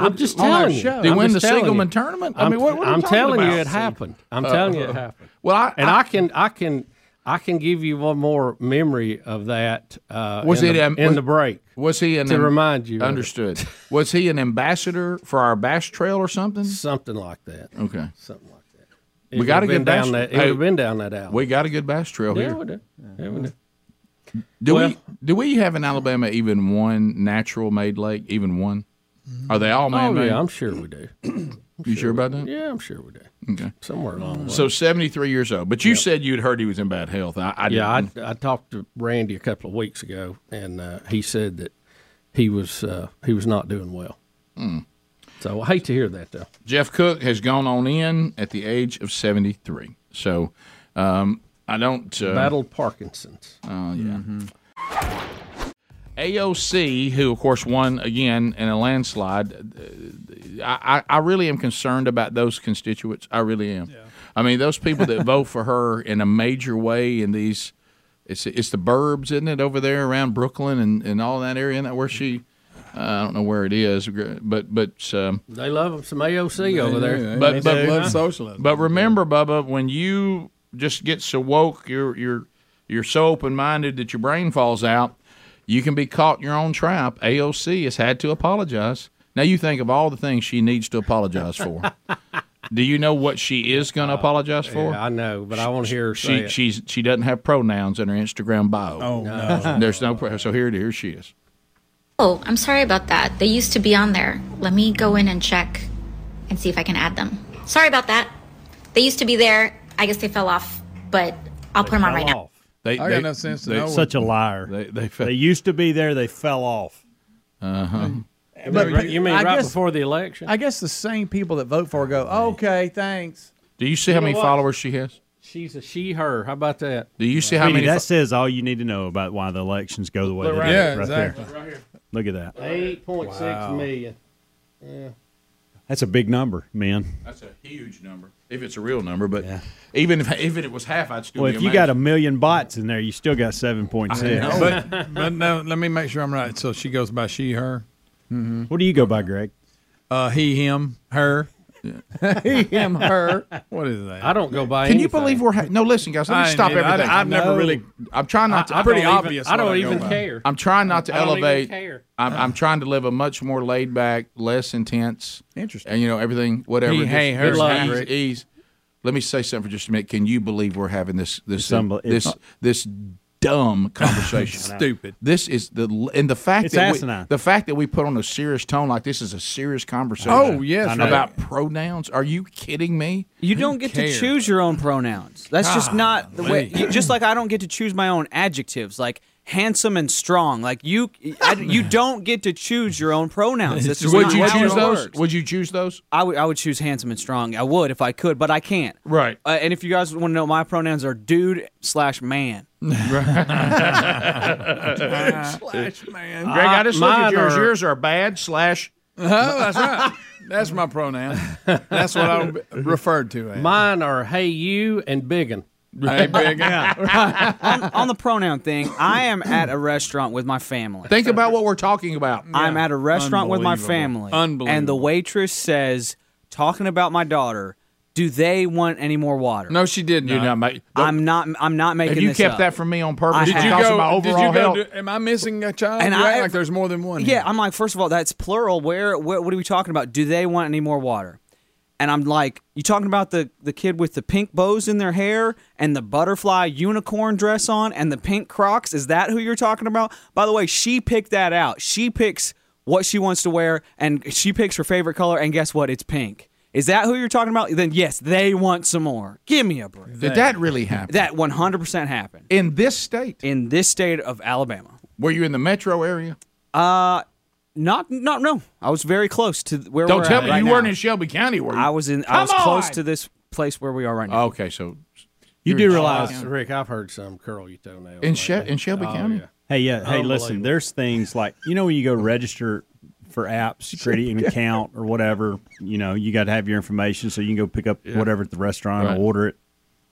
I'm What- just on our telling you. show. They I'm win the just telling Siegelman you. tournament. I'm- I mean, what? what are you I'm talking telling you, about? it happened. I'm telling you, it happened. Well, I, and I, can I can I can give you one more memory of that. Uh, was in it the, um, in was- the break? Was he an to am- remind you? of it. Understood. was he an ambassador for our Bass Trail or something? Something like that. Okay. Something like that. It We got a would've been good bass down that- it hey, would've been down that alley. We got a good bass trail Yeah, here. Mm-hmm. we do. Yeah, we do. Do Well- we do we have in Alabama even one natural made lake? Even one? Are they all man made? Oh, yeah, I'm sure we do. you sure about that? Yeah, I'm sure we do. Okay. Somewhere along the way. So seventy three years old. But you said you'd heard he was in bad health. I, I yeah, I, didn't. I talked to Randy a couple of weeks ago, and uh, he said that he was uh, he was not doing well. Hmm. So I hate to hear that, though. Jeff Cook has gone on in at the age of seventy three. So um, I don't uh, Battled Parkinson's. Oh yeah. Mm-hmm. AOC, who of course won again in a landslide, uh, I, I I really am concerned about those constituents. I really am. I mean, those people that vote for her in a major way in these, it's it's the burbs, isn't it, over there around Brooklyn and, and all that area, and that where she, uh, I don't know where it is, but but um, They love 'em some AOC over there. but but But remember, Bubba, when you just get so woke, you're you're you're so open minded that your brain falls out. You can be caught in your own trap. AOC has had to apologize. Now you think of all the things she needs to apologize for. Do you know what she is going to apologize for? Uh, Yeah, I know, but I want to hear her say She it. she's she doesn't have pronouns in her Instagram bio. Oh no. there's no pro- so here it- here she is. Oh, I'm sorry about that. They used to be on there. Let me go in and check and see if I can add them. Sorry about that. They used to be there. I guess they fell off, but I'll put them on right now. They, I got enough sense to know such a liar. They, they, used to be there. They fell off. Uh huh. But- but you mean I right guess- before the election? I guess the same people that vote for her go, okay, thanks. Do you see You how know many what? followers she has? She's a she, her. How about that? Do you see how Sweetie, many? That fo- says all you need to know about why the elections go the way Look they right do. here. right Yeah, there. exactly. Right here. Look at that. Eight point six million. Yeah. That's a big number, man. That's a huge number. If it's a real number, but even if even it was half, I'd still. Well, be if you amazed. got a million bots in there, you still got seven point six. but but no, let me make sure I'm right. So she goes by she, her. What do you go by, Greg? Uh, he, him, her. he, him, her. What is that? I don't go by. Can you believe we're ha- no? Listen, guys, let I me ain't stop either. I- everything. I've never No. really- I'm trying not to. I- I Pretty don't even- obvious I don't what I go even by. care. I'm trying not to I don't even elevate. care. I'm, I'm trying to live a much more laid back, less intense. Interesting. And you know everything, whatever. He, just- hey, her, just he. ease- ease. Let me say something for just a minute. Can you believe we're having this this unbel- this it's- this dumb conversation? Stupid. This is the and the fact It's that asinine. We, the fact that we put on a serious tone like this is a serious conversation. Oh, yes, I know. about pronouns. Are you kidding me? You don't get to cares? choose your own pronouns. That's just God, not the way. man. You, just like I don't get to choose my own adjectives. Like handsome and strong. Like you, I, you don't get to choose your own pronouns. This is would not you how it choose those? works. Would you choose those? I would, I would choose handsome and strong. I would if I could, but I can't. Right. Uh, and if you guys want to know, my pronouns are dude slash man. slash man. Greg, Uh, I just looked at Mine yours. are- Yours are bad slash. Oh, that's right. That's my pronoun. That's what I'm referred to as. Mine are hey you and biggin. Hey, Biggin. Yeah. on, on the pronoun thing, I am at a restaurant with my family. Think about what we're talking about. I'm at a restaurant with my family. And the Unbelievable. waitress says, talking about my daughter, do they want any more water? No, she did You're not. Make, I'm not. I'm not making. Have you this kept up. that from me on purpose? I Did have. you Because of my Did overall you go? health. To, am I missing a child? And And I- I like there's more than one. Yeah, I'm like, first of all, that's plural. Where, where? What are we talking about? Do they want any more water? And I'm like, you talking about the the kid with the pink bows in their hair and the butterfly unicorn dress on and the pink Crocs? Is that who you're talking about? By the way, she picked that out. She picks what she wants to wear and she picks her favorite color. And guess what? It's pink. Is that who you're talking about? Then yes, they want some more. Give me a break. Did that really happen? That 100% happened. In this state? In this state of Alabama. Were you in the metro area? Uh not not no. I was very close to where Don't we're tell at me right you now. weren't in Shelby County, were you? I was in I Come was close on! to this place where we are right now. Okay, so You You're do in realize Charlotte. Rick, I've heard some curl your toenails. Oh, in, She- in Shelby County. Hey, yeah. Hey, listen. Unbelievable. There's things like you know when you go register for apps, create an account or whatever. You know, you got to have your information so you can go pick up whatever at the restaurant Right. or order it.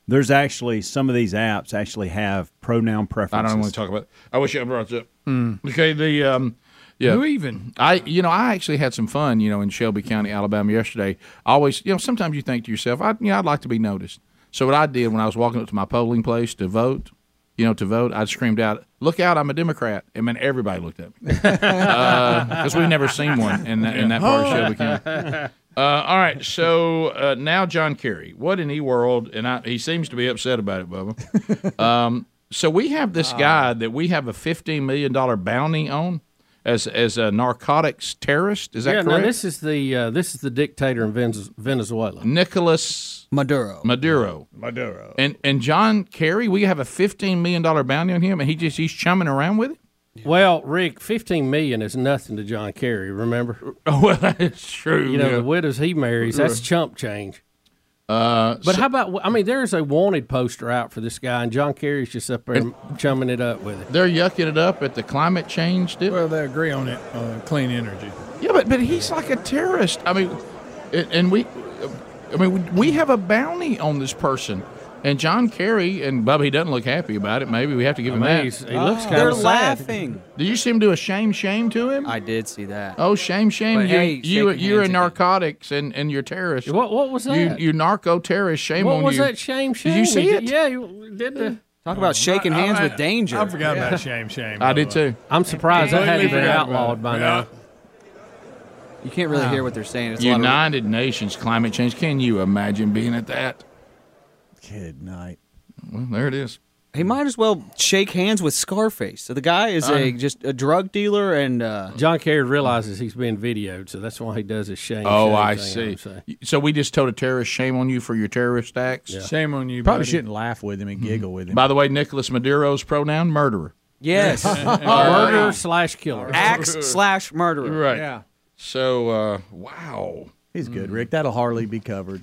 There's actually some of these apps actually have pronoun I preferences. don't want to talk about. It. I wish I brought it up. Okay, the um, yeah. Who even? I you know I actually had some fun you know in Shelby County, Alabama yesterday. I Always you know sometimes you think to yourself I you know I'd like to be noticed. So what I did when I was walking up to my polling place to vote, you know to vote, I screamed out, "Look out! I'm a Democrat!" And then everybody looked at me because we've never seen one in that, in that part of Shelby County. Uh, all right, so uh, now John Kerry. What in the world? And I, he seems to be upset about it, Bubba. Um, so we have this guy that we have a fifteen million dollar bounty on as as a narcotics terrorist. Is that yeah, correct? no, this is the uh, this is the dictator in Venez- Venezuela. Nicolas Maduro. Maduro. Maduro. And and John Kerry, we have a fifteen million dollar bounty on him, and he just he's chumming around with it. Well, Rick, fifteen million is nothing to John Kerry. Remember? well, that's true. You know yeah. the widows he marries. That's Right. chump change. Uh, But how about? I mean, there's a wanted poster out for this guy, and John Kerry's just up there chumming it up with it. they're yucking it up at the climate change. Dip. Well, they agree on it. Uh, clean energy. Yeah, but but he's like a terrorist. I mean, and- and we, I mean, we- we have a bounty on this person. And John Kerry and Bubba, he doesn't look happy about it. Maybe we have to give him mean, that. he's- he looks They're laughing. Did you see him do a shame shame to him? I did see that. Oh, shame shame! But you hey, you shaking you're a hands again. narcotics and and you're terrorist. What what was that? You you narco terrorist. Shame what on was you. that shame? Shame? Did you see He it? did- Yeah, you did the. Talk about shaking hands I- with danger. I forgot about shame, shame. I did too. I'm surprised that hadn't been Completely forgot about outlawed it. by Yeah. now. You can't really hear what they're saying. It's a lot of- United Nations climate change. Can you imagine being at that? Good night. Well, there it is. he might as well shake hands with Scarface. So the guy is Uh. a just a drug dealer and uh, John Kerry realizes he's being videoed, so that's why he does his shame. Oh, shame I thing, see. I'm saying. So we just told a terrorist, shame on you for your terrorist acts. Shame on you. Probably buddy. shouldn't laugh with him and Mm-hmm. giggle with him. By the way, Nicolas Maduro's pronoun murderer. yes, Murderer slash killer. axe slash murderer. Right. Yeah. So uh, wow. Hmm. He's good, Rick. That'll hardly be covered.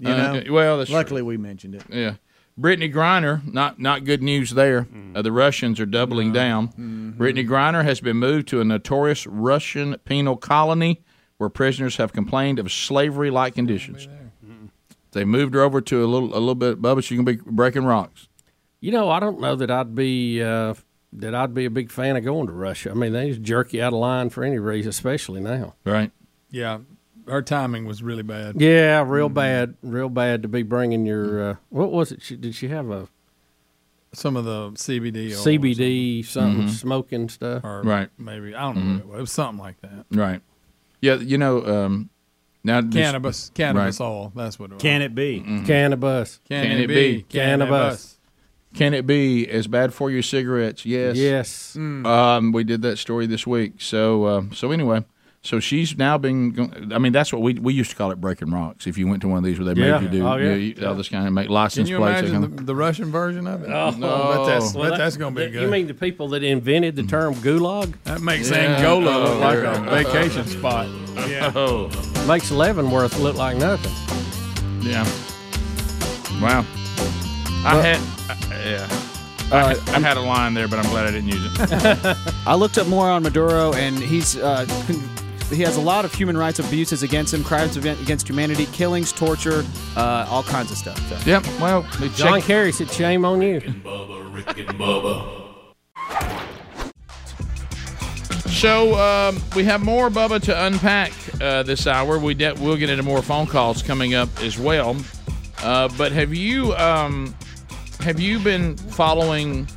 You Uh, know. well, that's Luckily, we mentioned it. Yeah. Brittany Griner, not not good news there. Uh, the Russians are doubling down. Brittany Griner has been moved to a notorious Russian penal colony where prisoners have complained of slavery-like conditions. They moved her over to a little a little bit. Bubba, she can be breaking rocks. You know, I don't know that I'd be uh, that I'd be a big fan of going to Russia. I mean, they just jerk you out of line for any reason, especially now. Right. Yeah, her timing was really bad. Yeah, real bad, real bad to be bringing your. Uh, what was it? She, did she have a Some of the CBD. oil or CBD something smoking stuff? something, or Right. Maybe I don't know. What Mm-hmm. it, was. it was something like that. Right. Yeah. You know. Um, now this- Mm-hmm. Cannabis. Cannabis oil. That's what it was. Can it be? Cannabis. Can, Can it it be? be? Can it be as bad for you as cigarettes? Yes. Yes. Um, we did that story this week. So uh, so anyway, So she's now been. I mean, that's what we we used to call it breaking rocks. If you went to one of these where they Yeah. made you do Oh, yeah. you know, all this kind of make license Can you plates. that imagine kind the, of- the Russian version of it? Oh, no, bet that's, Well, bet that- that's going to be that- good. You mean the people that invented the term gulag? That makes Angola Oh, look like a vacation spot. Yeah. Makes Leavenworth look like nothing. Yeah. Wow. I had, I, yeah. I, had- I had a line there, but I'm glad I didn't use it. I looked up more on Maduro, and he's uh, con- he has a lot of human rights abuses against him, crimes ag- against humanity, killings, torture, uh, all kinds of stuff. So. Yep. Well, John Kerry said, "Shame on you." Bubba, Rick and Bubba. so um, we have more Bubba to unpack uh, this hour. We de- we'll get into more phone calls coming up as well. Uh, but have you um, have you been following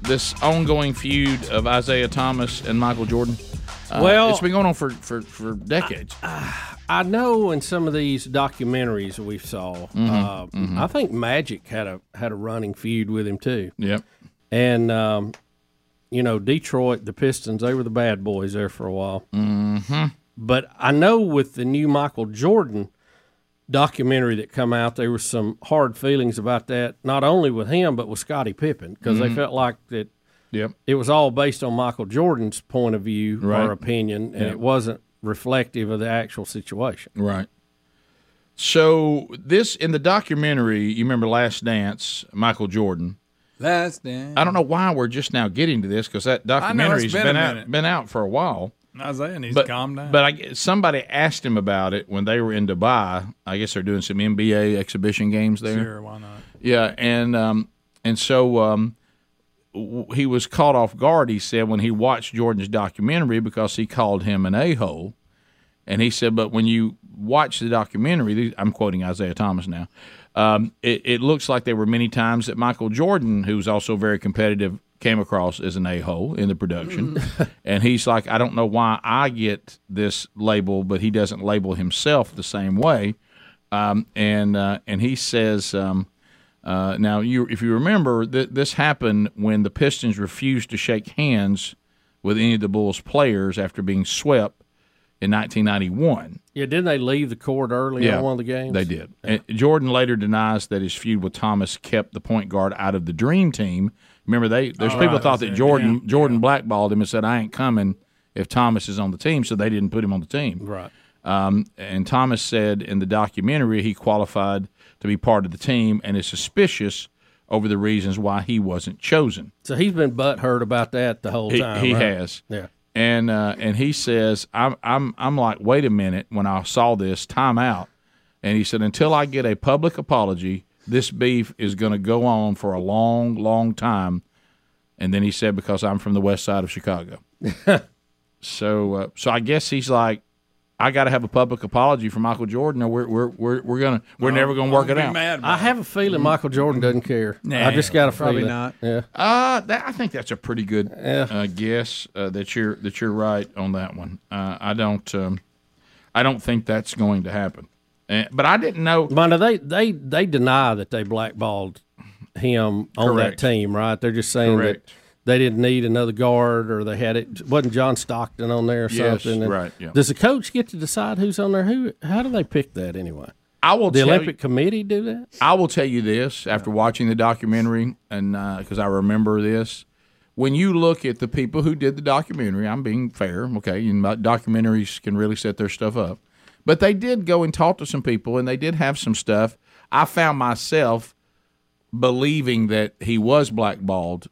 this ongoing feud of Isaiah Thomas and Michael Jordan? Uh, Well- it's been going on for for, for decades. I know in some of these documentaries that we saw, Mm-hmm, uh, I think Magic had a had a running feud with him too. Yep. And um, you know, Detroit, the Pistons, they were the bad boys there for a while. Mm-hmm. But I know with the new Michael Jordan documentary that come out, there were some hard feelings about that, not only with him but with Scottie Pippen, because Mhm. they felt like that. Yep. It was all based on Michael Jordan's point of view Right. or opinion, and Yep. it wasn't reflective of the actual situation. Right. So this in the documentary, you remember Last Dance, Michael Jordan. Last dance. I don't know why we're just now getting to this because that I know, it's documentary's been been, a out, minute. been out for a while. Isaiah needs but to calm down. but I guess somebody asked him about it when they were in Dubai. I guess they're doing some NBA exhibition games there. Sure, why not? Yeah, and um, and so um, w- he was caught off guard. He said when he watched Jordan's documentary because he called him an a hole, and he said, but when you watch the documentary, these- I'm quoting Isaiah Thomas now. Um, it, it looks like there were many times that Michael Jordan, who's also very competitive, came across as an a hole in the production, and he's like, I don't know why I get this label, but he doesn't label himself the same way. Um, and uh, and he says. Um, uh, now, you, if you remember, th- this happened when the Pistons refused to shake hands with any of the Bulls players after being swept in 1991. Yeah, didn't they leave the court early on one of the games? They did. And Jordan later denies that his feud with Thomas kept the point guard out of the Dream Team. Remember, they those Oh, people right, thought that that's it. Jordan Jordan blackballed him and said, "I ain't coming if Thomas is on the team," so they didn't put him on the team. Right. Um, and Thomas said in the documentary he qualified to be part of the team and is suspicious over the reasons why he wasn't chosen. So he's been butthurt about that the whole He- time. he right? has. Yeah. and uh, and he says, I'm I'm I'm like, wait a minute. When I saw this, time out. And he said, until I get a public apology, this beef is going to go on for a long, long time. And then he said, because I'm from the west side of Chicago. so uh, so I guess he's like. I got to have a public apology for Michael Jordan, or we're we're we're, we're gonna we're never gonna work it out. Mm-hmm. I have a feeling Micle Jordan doesn't care. Nah, I just got a probably feeling. not. Yeah. Uh, that, I think that's a pretty good uh, guess uh, that you're that you're right on that one. Uh, I don't um, I don't think that's going to happen. And, but I didn't know. Mind they they they deny that they blackballed him on Correct. that team, right? They're just saying Correct. that they didn't need another guard, or they had it wasn't John Stockton on there or Yes, something. And right, yeah. Does the coach get to decide who's on there? Who? How do they pick that anyway? I will. The tell Olympic you- Committee do that? I will tell you this after watching the documentary, and because I remember this, when you look at the people who did the documentary, I'm being fair, okay? You know, documentaries can really set their stuff up, but they did go and talk to some people, and they did have some stuff. I found myself believing that he was blackballed,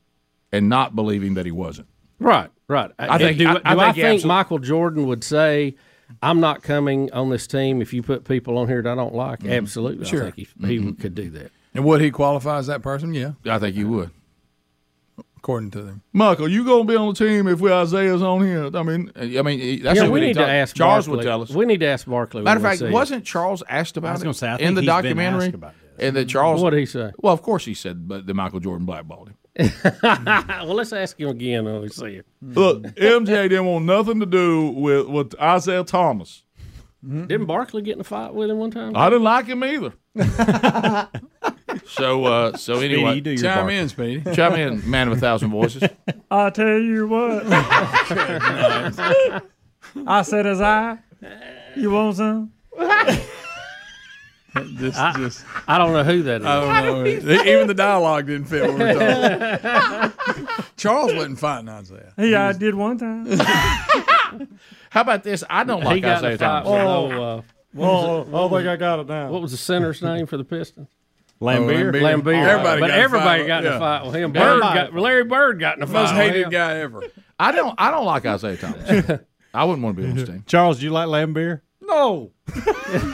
and not believing that he wasn't. Right, right. Uh, I think- do, I- do I I think think, you absolute- Michael Jordan would say, "I'm not coming on this team if you put people on here that I don't like." Mm-hmm. Mhm. Absolutely, Sure. I think he, he could do that. And would he qualify as that person? Yeah, I think you would. according to them. Michael, you gonna be on the team if we Isaiah's on here? I mean, I mean, that's yeah, what we he need talk- to ask. Charles Barkley. would tell us. We need to ask Barkley. Matter of when we fact, see him. wasn't Charles asked about I was it gonna say, I think in the he's been documentary? asked about And that Charles, What'd he say? Well, of course he said, but the Michael Jordan blackballed him. well, let's ask him again when we see him. Mm-hmm. Look, MJ didn't want nothing to do with, with Isaiah Thomas. Didn't Barkley get in a fight with him one time? I didn't like him either. So, uh, so Speedy, anyway, you do your Chime barking. in, Speedy. Chime in, man of a thousand voices. I tell you what. I said, "As I, you want some?" This, I, I don't know who that is. I don't know. Even the dialogue didn't fit what we we're talking about. Charles wasn't fighting Isaiah. Yeah, I did one time. How about this? I don't He like got in Isaiah a fight Thomas. with old, uh, what was Oh, it- oh, I what was think I got it now. What was the center's name for the Pistons? Oh, Lambeer? Lambeer. Oh, Everybody but got in a everybody fight. got in Yeah. a fight with him. Bird Everybody. got, Larry Bird got in a fight. Most with hated him. guy ever. I don't. I don't like Isaiah Thomas. I wouldn't want to be on his team. Charles, do you like lamb beer? No.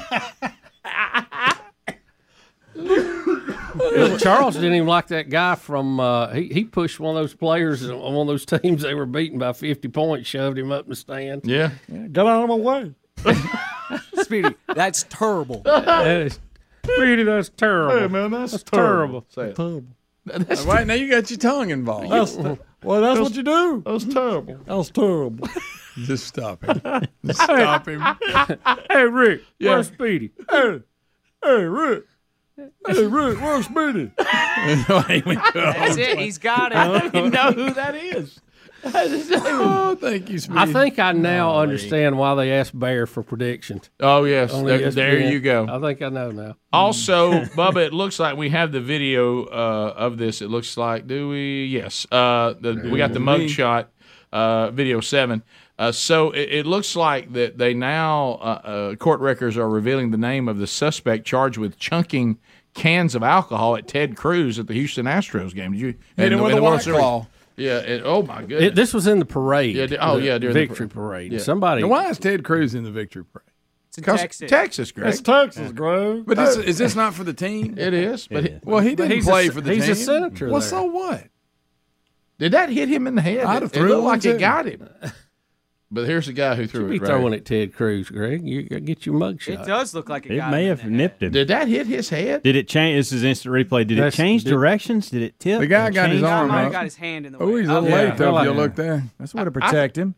Look, Charles didn't even like that guy from. Uh, he he pushed one of those players on one of those teams they were beating by fifty points, shoved him up the stand. Yeah, Get out of my way. Speedy, that's terrible. that is, really, that's terrible. Hey, man, that's terrible. Say it. Terrible. That's All right, now you got your tongue involved. That's the- well, that's what you do. That was terrible. That was terrible. Just stop him. Just Hey. stop him. hey, Rick, Yeah. where's Speedy? Hey, hey, Rick. Hey, Rick, where's Speedy? That's That's it. He's got it. I didn't know who that is. oh, thank you, Speedy. I think I now understand why they asked Bear for predictions. Oh yes, on there, there ESPN. you go. I think I know now. Also, Bubba, it looks like we have the video uh, of this. It looks like, do we? Yes. Uh, the, we got the mug shot, uh, video seven. Uh, so it, it looks like that they now, uh, uh, court records are revealing the name of the suspect charged with chunking cans of alcohol at Ted Cruz at the Houston Astros game. Did you? Hit him in the- with in a the World white Series. claw. Yeah. It, oh, my goodness. It, this was in the parade. Yeah, di- oh, the yeah, during the victory par- parade. yeah. Somebody. Now, why is Ted Cruz in the victory parade? It's in 'Cause Texas. Texas, Greg. It's Texas, Grove. But this, is this not for the team? It is, but he- Well, he But didn't he's a play s- for the he's team. a senator Well, there. so what? did that hit him in the head? I'd it have it threw looked one, like it too. got him. But here's the guy who threw You it. be right? throwing at Ted Cruz, Greg. You you get your mug shot. It does look like a It guy. may have nipped him. Did that hit his head? Did it change? This is instant replay. Did That's- it change did- directions? Did it tip? The guy got his Change- arm might up. have got his hand in the Oh, way. he's a little Yeah, late though. I If you like look there, that's what to protect him.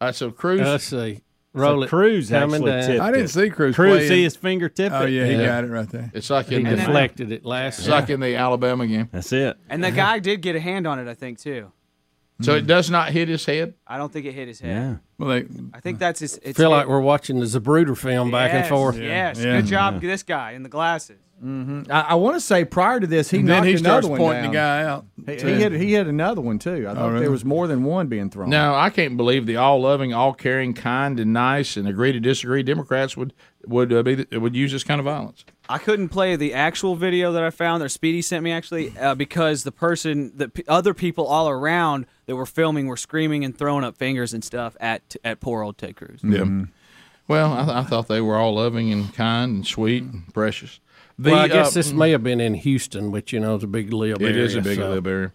All right, Uh, so Cruz. Let's see. Roll So it. Cruz Coming actually down. tipped I didn't see Cruz. Cruz, playing. see his finger tip Oh it? yeah, he Yeah. got it right there. It's like He in the, deflected it last. it's like in the Alabama game. That's it. And the guy did get a hand on it, I think, too. So it does not hit his head. I don't think it hit his head. Yeah. Well, they, I think that's his. It's feel hit- like we're watching the Zabruder film back and Yes, forth. Yes. Yeah. Good job, this guy in the glasses. Mm-hmm. Mm-hmm. I, I want to say prior to this, he and then knocked he starts another one down. pointing the guy out. Oh, He, he hit he hit another one too. I thought really? there was more than one being thrown. No, I can't believe the all-loving, all-caring, kind, and nice, and agree to disagree Democrats would would uh, be the, would use this kind of violence. I couldn't play the actual video that I found that Speedy sent me actually uh, because the person, the p- other people all around that were filming were screaming and throwing up fingers and stuff at at poor old Ted Cruz. Yeah. Mm-hmm. Well, I, I thought they were all loving and kind and sweet and precious. The, well, I guess uh, this may have been in Houston, which you know is a big lib. it area, is a big so. lip area.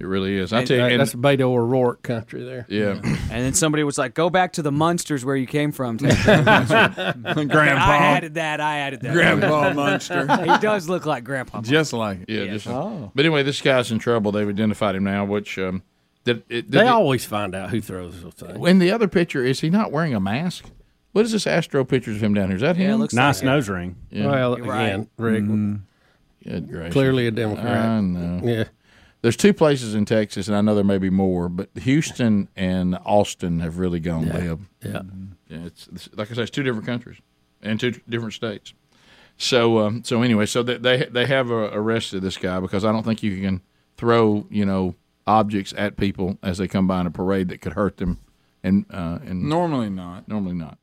It really is. I And tell you, That- and- that's Beto O'Rourke country there. yeah. And then somebody was like, "Go back to the Munsters where you came from." Ted Cruz." Grandpa. I added that. I added that. Grandpa Munster. he does look like Grandpa. Just like it. Yeah. Just, Oh. But anyway, this guy's in trouble. They've identified him now, which um, did, it, did They the- always find out who throws those things. in the other picture is he not wearing a mask? What is this Astro pictures of him down here? Is that him? it looks Nice like it. nose ring. Yeah. Well, You're right. again, Rick, Good gracious. clearly a Democrat. I know. yeah, There's two places in Texas, and I know there may be more, but Houston and Austin have really gone lib. yeah. Yeah, it's, it's- like I said, it's two different countries and two different states. So, um, so anyway, so they they, they have uh, arrested this guy because I don't think you can throw you know objects at people as they come by in a parade that could hurt them, and uh, and Normally not. normally not.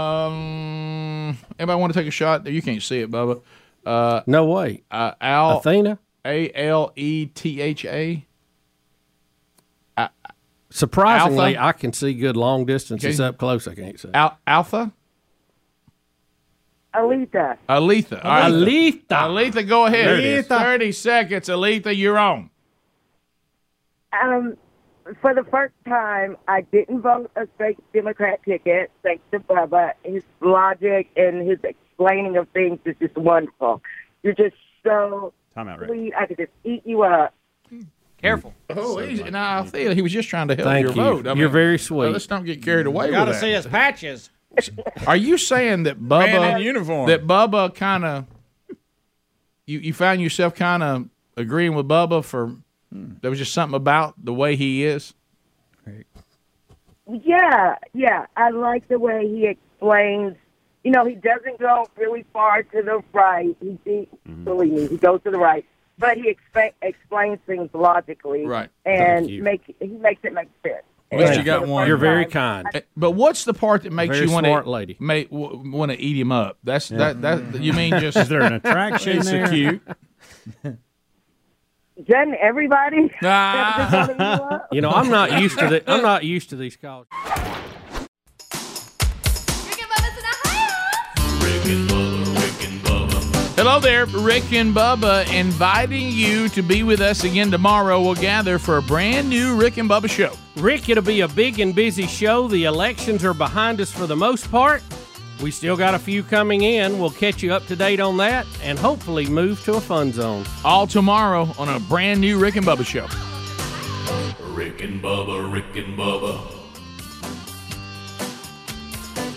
Um, anybody want to take a shot? You can't see it, Bubba. Uh, No way. uh, Al Athena, A L E T H A. surprisingly, Alpha? I can see good long distances Okay. up close. I can't see. Al- Alpha? Alita. Aletha. All right. Alita. Aletha, go ahead. There it is. 30 seconds. Aletha, you're on. Um, for the first time, I didn't vote a straight Democrat ticket, thanks to Bubba. His logic and his explaining of things is just wonderful. You're just so Time out, Rick. sweet. I could just eat you up. Careful. Oh, easy. Now, Althea, he was just trying to help Thank your you. vote. I You're mean, very well, sweet. let's not get carried away Gotta with see that. his patches. Are you saying that Man in Bubba, uniform. that Bubba kind of, you, you found yourself kind of agreeing with Bubba for, there was just something about the way he is? Yeah, yeah. I like the way he explains. You know, he doesn't go really far to the right. He, he Mm-hmm. believe me, he goes to the right, but he expe- explains things logically, Right. And Thank you. make he makes it make sense. At least Thank you got you. one. You're very kind. Eh, But what's the part that makes Very you want smart to lady. Make want to eat him up? That's Yeah. that Mm-hmm. that you mean just Is there an attraction He's so there? cute. Doesn't everybody? You know, I'm not used to the, I'm not used to these calls. Hello there, Rick and Bubba, inviting you to be with us again tomorrow. We'll gather for a brand new Rick and Bubba show. Rick, it'll be a big and busy show. The elections are behind us for the most part. We still got a few coming in. We'll catch you up to date on that and hopefully move to a fun zone. All tomorrow on a brand new Rick and Bubba show. Rick and Bubba, Rick and Bubba,